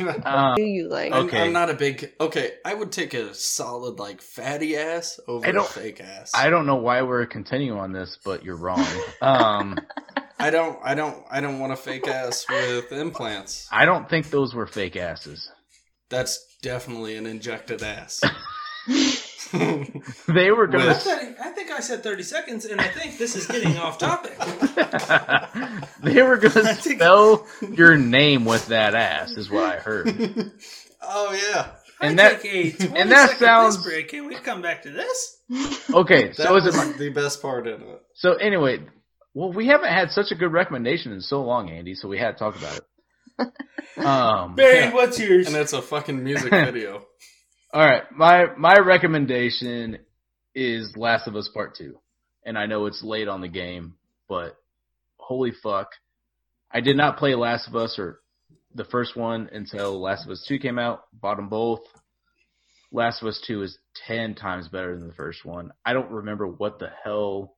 Uh, Do you like? I'm, Okay. I'm not a big. Okay, I would take a solid like fatty ass over I a don't- fake ass. I don't know why we're continuing on this, but you're wrong. Um, I don't. I don't. I don't want a fake ass with implants. I don't think those were fake asses. That's definitely an injected ass. They were I, gonna. thought, I think I said thirty seconds, and I think this is getting off topic. they were gonna spell your name with that ass, is what I heard. oh yeah. And I that- take a and 20-second that piss sounds- break. Can we come back to this? Okay, That so is was it my the best part in it. So anyway, well, we haven't had such a good recommendation in so long, Andy. So we had to talk about it. Um, Barry, Yeah. what's yours? And it's a fucking music video. all right, my my recommendation is Last of Us Part Two, and I know it's late on the game, but holy fuck, I did not play Last of Us or the first one until Last of Us Two came out. Bought them both. Last of Us Two is ten times better than the first one. I don't remember what the hell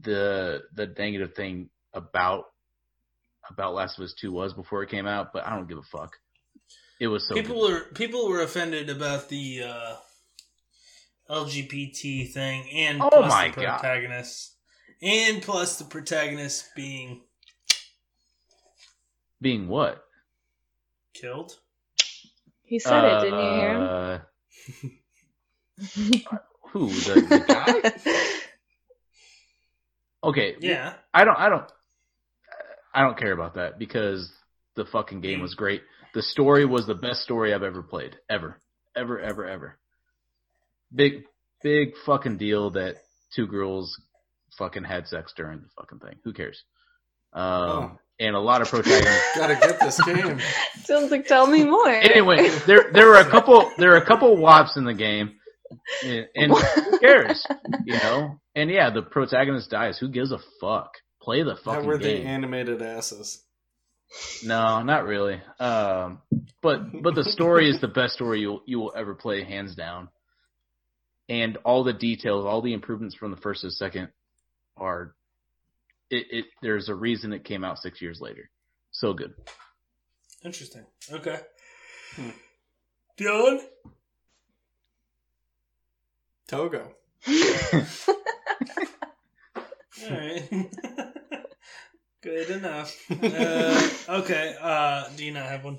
the the negative thing about about Last of Us Two was before it came out, but I don't give a fuck. It was so people good. were people were offended about the uh, LGBT thing, and Oh plus my the God. protagonist, and plus the protagonist being being what killed. He said it, didn't you hear him? Uh, who the, the guy? Okay, Yeah, I don't, I don't, I don't care about that because the fucking game was great. The story was the best story I've ever played, ever, ever, ever, ever. Big, big fucking deal that two girls fucking had sex during the fucking thing. Who cares? Um, Oh. and a lot of protagonists. Gotta get this game. Sounds like tell me more. anyway, there there were a couple there were a couple wops in the game, and, and who cares? You know, and yeah, the protagonist dies. Who gives a fuck? Play the That fucking were the game. animated asses. No, not really. Um, but but the story is the best story you you will ever play, hands down. And all the details, all the improvements from the first to the second, are it, it. There's a reason it came out six years later. So good. Interesting. Okay. Hmm. Dylan? Togo. Hmm. All right. Good enough. Uh, okay. Uh, do you not have one?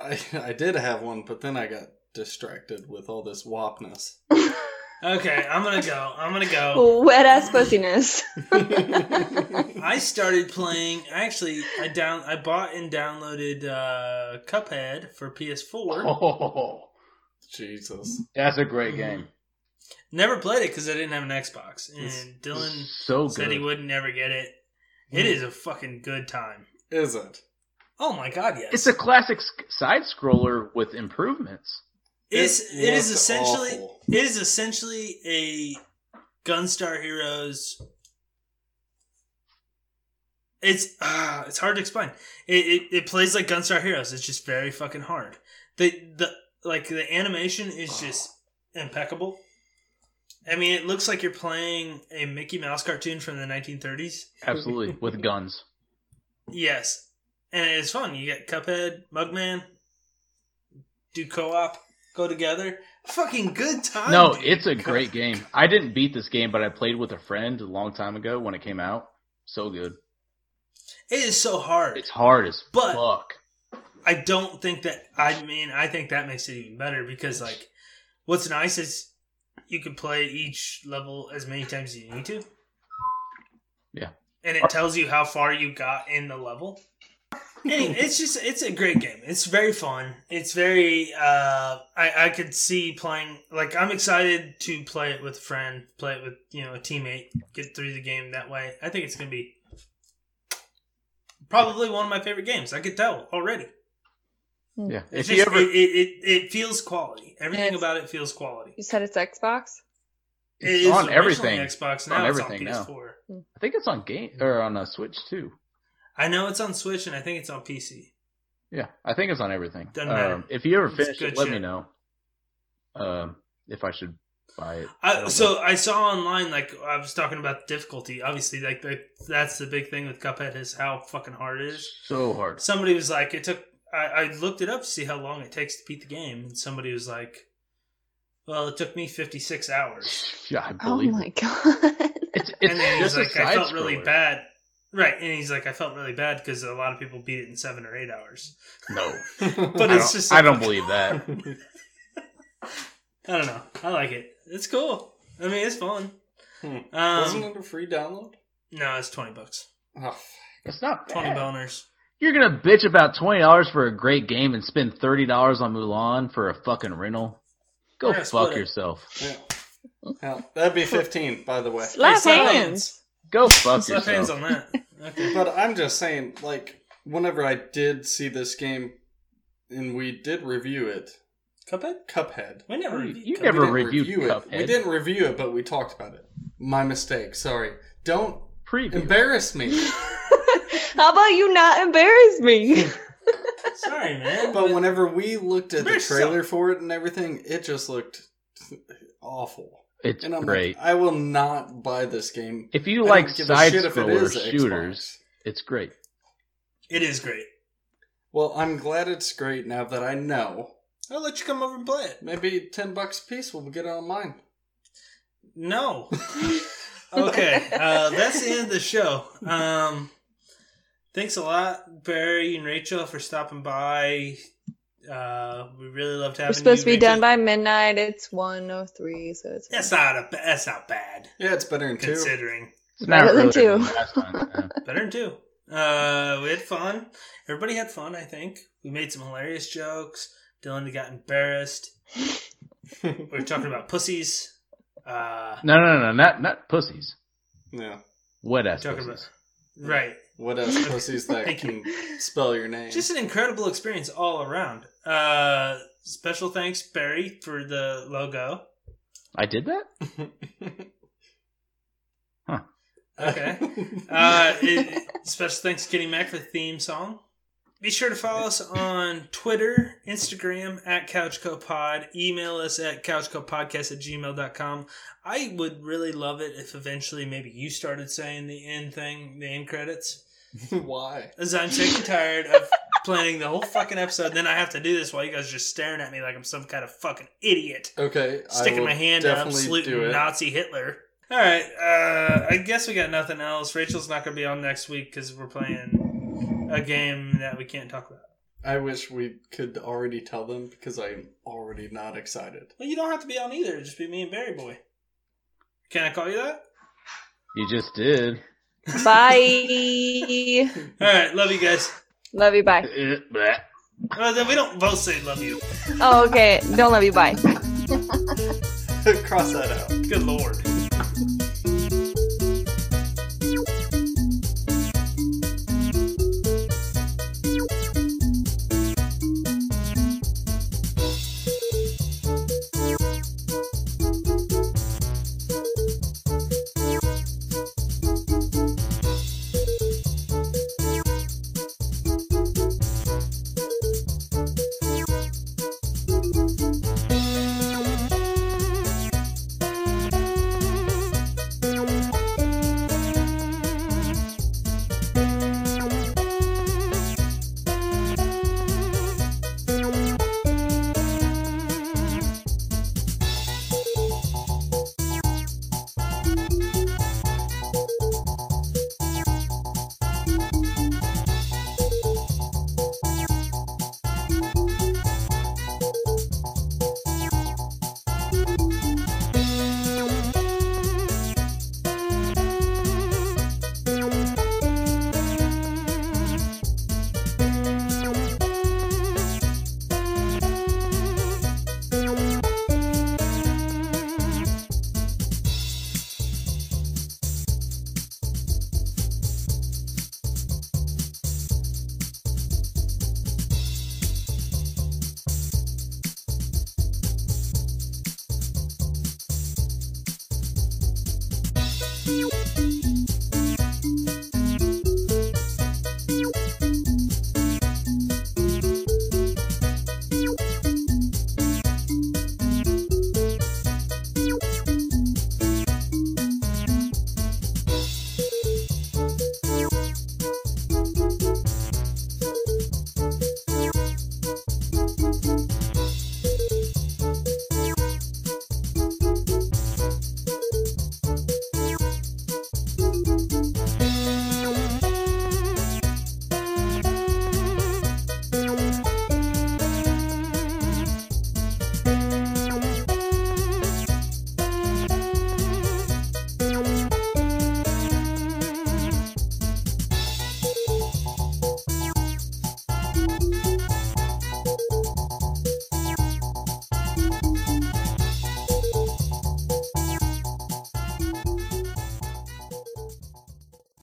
I I did have one, but then I got distracted with all this wapness. Okay, I'm gonna go. I'm gonna Oh. go. Wet ass pussiness. I started playing. Actually, I down. I bought and downloaded uh, Cuphead for PS4. Oh, Jesus. that's a great game. Never played it because I didn't have an Xbox, and It's- Mm-hmm. Dylan so said he good. would never get it. It is a fucking good time. Is it? Oh my god, yes! It's a classic side scroller with improvements. It's, It it is looked essentially awful. it is essentially a Gunstar Heroes. It's ah, it's hard to explain. It, it it plays like Gunstar Heroes. It's just very fucking hard. The the like the animation is just impeccable. I mean, it looks like you're playing a Mickey Mouse cartoon from the 1930s. Absolutely, with guns. Yes, and it's fun. You get Cuphead, Mugman, do co-op, go together. Fucking good time. No, dude. it's a great game. I didn't beat this game, but I played with a friend a long time ago when it came out. So good. it is so hard. It's hard as But- fuck. I don't think that. I mean, I think that makes it even better because like, what's nice is you can play each level as many times as you need to. Yeah. and it tells you how far you got in the level. Anyway, it's just it's a great game. It's very fun. It's very uh I, I could see playing like I'm excited to play it with a friend, play it with, you know, a teammate, get through the game that way. I think it's gonna be probably one of my favorite games. I could tell already. Yeah. It's just, If you ever it, it, it it feels quality. Everything Yes. about it feels quality. you said it's Xbox? It It's is on originally everything. Xbox It's now. on It's on, everything now. PS4. I think it's on game or on a Switch too. I know it's on Switch and I think it's on PC. Yeah, I think it's on everything. Doesn't matter. Um, if you ever It's finish good it, let me shit. know. Um, if I should buy it. I don't I, know. so I saw online, like I was talking about the difficulty. Obviously, like the, that's the big thing with Cuphead is how fucking hard it is. so hard. Somebody was like, it took. I, I looked it up to see how long it takes to beat the game, and somebody was like, "Well, it took me fifty six hours." Yeah, I Oh believe my it. god. It's, it's and then he was just a like, "I side felt really scroller. bad." Right, and he's like, "I felt really bad because a lot of people beat it in seven or eight hours." No, But I it's don't- just, I don't believe that. I don't know. I like it. It's cool. I mean, it's fun. Hmm. Wasn't Um, it a free download? no, it's twenty bucks. Oh, f- It's not Twenty bad. boners. You're gonna bitch about twenty dollars for a great game and spend thirty dollars on Mulan for a fucking rental. Go We're gonna split fuck it. yourself. yeah. Yeah, that'd be 15, by the way. Slap Hey, slap hands. Go fuck Slap hands yourself. on that. Okay. But I'm just saying, like, whenever I did see this game, and we did review it, Cuphead? Cuphead. We never. You- reviewed you Cuphead. never didn't reviewed review it. Cuphead. We didn't review it, but we talked about it. My mistake. Sorry. Don't Preview. embarrass me. How about you not embarrass me? Sorry, man. But whenever we looked at the Embarrass yourself. trailer for it and everything, it just looked awful. It's And I'm great. like, I will not buy this game. if you I like don't give a side shit if it scroller is Xbox. shooters, it's great. it is great. Well, I'm glad it's great now that I know. I'll let you come over and play it. Maybe ten bucks a piece will get it on mine. No. okay, uh, that's the end of the show. Um, thanks a lot, Barry and Rachel, for stopping by. Uh, we really loved having. We're supposed to you, be done Rachel. by midnight. It's 103, so it's That's not a. ba- That's not bad Yeah, it's better than two. considering. It's Better not than really two. last time. yeah. Better than two. Uh, we had fun. Everybody had fun. I think we made some hilarious jokes. Dylan got embarrassed. we were talking about pussies. Uh, No, no, no, no, not not pussies. Yeah. Wet ass Talking pussies. right. What else pussies that Thank you. can spell your name? Just an incredible experience all around. Uh, special thanks, Barry, for the logo. I did that. Okay. Uh, it, special thanks to Kenny Mac for the theme song. Be sure to follow us on Twitter, Instagram at CouchCoPod. Email us at couchcopodcast at gmail.com. I would really love it if eventually maybe you started saying the end thing, the end credits. Why? As I'm sick and tired of planning the whole fucking episode, then I have to do this while you guys are just staring at me like I'm some kind of fucking idiot. Okay. I Sticking will my hand up, definitely do saluting it. Nazi Hitler. All right, uh, I guess we got nothing else. Rachel's not going to be on next week because we're playing a game that we can't talk about. I wish we could already tell them because I'm already not excited. Well, you don't have to be on either. Just be me and Barry Boy. Can I call you that? You just did. Bye. All right, love you guys. love you. Bye. Eh, bleh. Uh, then we don't both say love you. Oh, okay. Don't love you. Bye. Cross that out. Good lord.